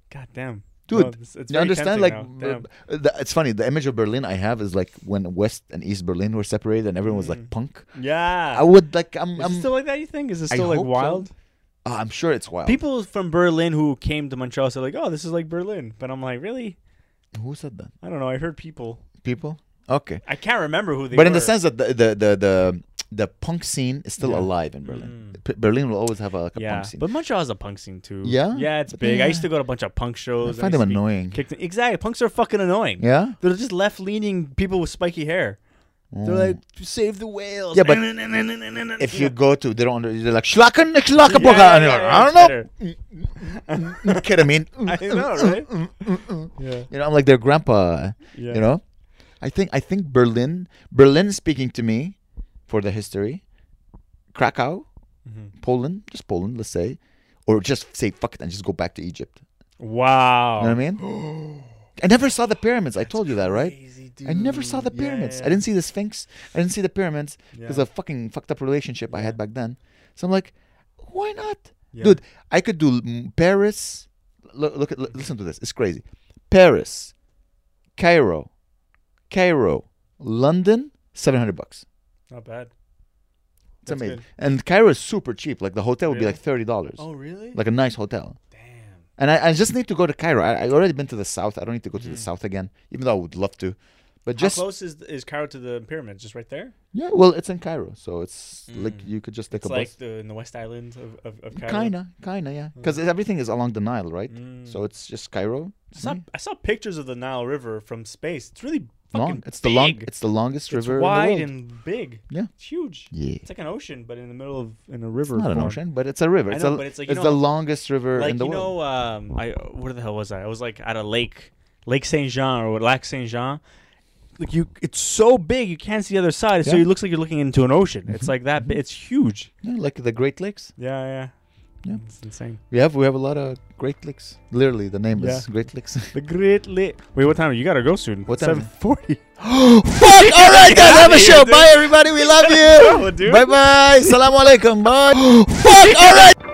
A: God damn.
B: Dude,
A: No, it's, it's
B: you
A: very
B: understand? Like,
A: tempting now. Damn.
B: uh, the- it's funny. The image of Berlin I have is like when West and East Berlin were separated and everyone was like
A: Mm.
B: punk.
A: yeah.
B: I would like. I'm.
A: Is it
B: I'm,
A: still like that? You think? Is it
B: I
A: still like
B: hope so.
A: wild?
B: Oh, I'm sure it's wild.
A: People from Berlin who came to Montreal said like, "Oh, this is like Berlin," but I'm like, really?
B: Who said that?
A: I don't know. I heard people.
B: People. Okay.
A: I can't remember who they.
B: but in the
A: were.
B: sense that the the the the, the punk scene is still
A: Yeah. Mm.
B: alive in Berlin. P- Berlin will always have a, like, a
A: yeah,
B: punk scene.
A: but Montreal has a punk scene too.
B: Yeah?
A: yeah, it's
B: But
A: big.
B: yeah.
A: I used to go to a bunch of punk
B: I
A: shows.
B: find
A: used to
B: them
A: be
B: annoying.
A: Kicked in. Exactly, punks are fucking annoying.
B: Yeah.
A: They're just left-leaning people with spiky hair. They're like, "Save the whales."
B: Mm. Yeah, but
A: if
B: if you go to they don't under- they're like schlacken eh, schlacken
A: Yeah,
B: and you're
A: yeah,
B: like,
A: yeah,
B: I don't know ketamine
A: I know, right?
B: Mm,
A: yeah,
B: you know I'm like their grandpa
A: yeah.
B: you know I think I think Berlin Berlin speaking to me for the history Krakow
A: Mhm.
B: Poland just Poland let's say or just say fuck it and just go back to Egypt
A: Wow.
B: you know what I mean I never saw the pyramids I told you that right
A: Crazy,
B: I never saw the
A: dude. Yeah,
B: pyramids.
A: yeah.
B: I didn't see the Sphinx. I didn't see the pyramids because
A: Yeah.
B: of fucking fucked up relationship I had back then. So I'm like, why not,
A: Yeah.
B: dude? I could do mm, Paris. Look, look at, li- listen to this. It's crazy. Paris, Cairo, Cairo, London, seven hundred bucks.
A: Not bad.
B: It's
A: That's
B: amazing.
A: good.
B: And Cairo is super cheap. Like the hotel would
A: Really?
B: be like thirty dollars,
A: Oh, really?
B: like a nice hotel.
A: Damn.
B: And I, I just need to go to Cairo. I, I already been to the south. I don't need to go to the south again, even though I would love to. But just
A: Mm-hmm. How close is is Cairo to the pyramids? Just right there.
B: Yeah, well, it's in Cairo, so it's like
A: Mm.
B: you could just take
A: It's
B: a
A: like
B: bus.
A: the, in the West Island of, of, of Cairo.
B: Kinda, kinda, yeah, because everything is along the Nile, right?
A: Mm.
B: So mm. it's just Cairo.
A: I saw, I saw pictures of the Nile River from space. It's really fucking
B: Long. It's the long.
A: big.
B: It's the longest
A: It's
B: river
A: wide
B: in the world.
A: and big.
B: Yeah.
A: It's huge.
B: yeah,
A: It's like an ocean, but in the middle of in a river.
B: not an
A: form.
B: ocean, but it's a river.
A: I
B: It's,
A: know,
B: a-
A: but it's like, you
B: it's
A: know-
B: the longest river
A: Like
B: in the
A: you know,
B: world.
A: um, I where the hell was I? I was like at a lake, Lake Saint Jean or Lac Saint Jean. Like you, it's so big you can't see the other side, so
B: Yeah.
A: it looks like you're looking into an ocean. It's like that. bi- It's huge.
B: Yeah, like the Great Lakes.
A: Yeah, yeah.
B: Yeah.
A: It's insane.
B: We have we have a lot of Great Lakes. Literally, the name is
A: Yeah.
B: Great Lakes.
A: The Great Lake. Wait, what time? You gotta go soon.
B: What time is
A: Seven
B: it?
A: forty.
B: Fuck! All right, guys, have a
A: Yeah,
B: show.
A: dude.
B: Bye, everybody. We love
A: No,
B: you.
A: dude.
B: Bye, bye. Salam alaikum. Bye. Fuck! All right.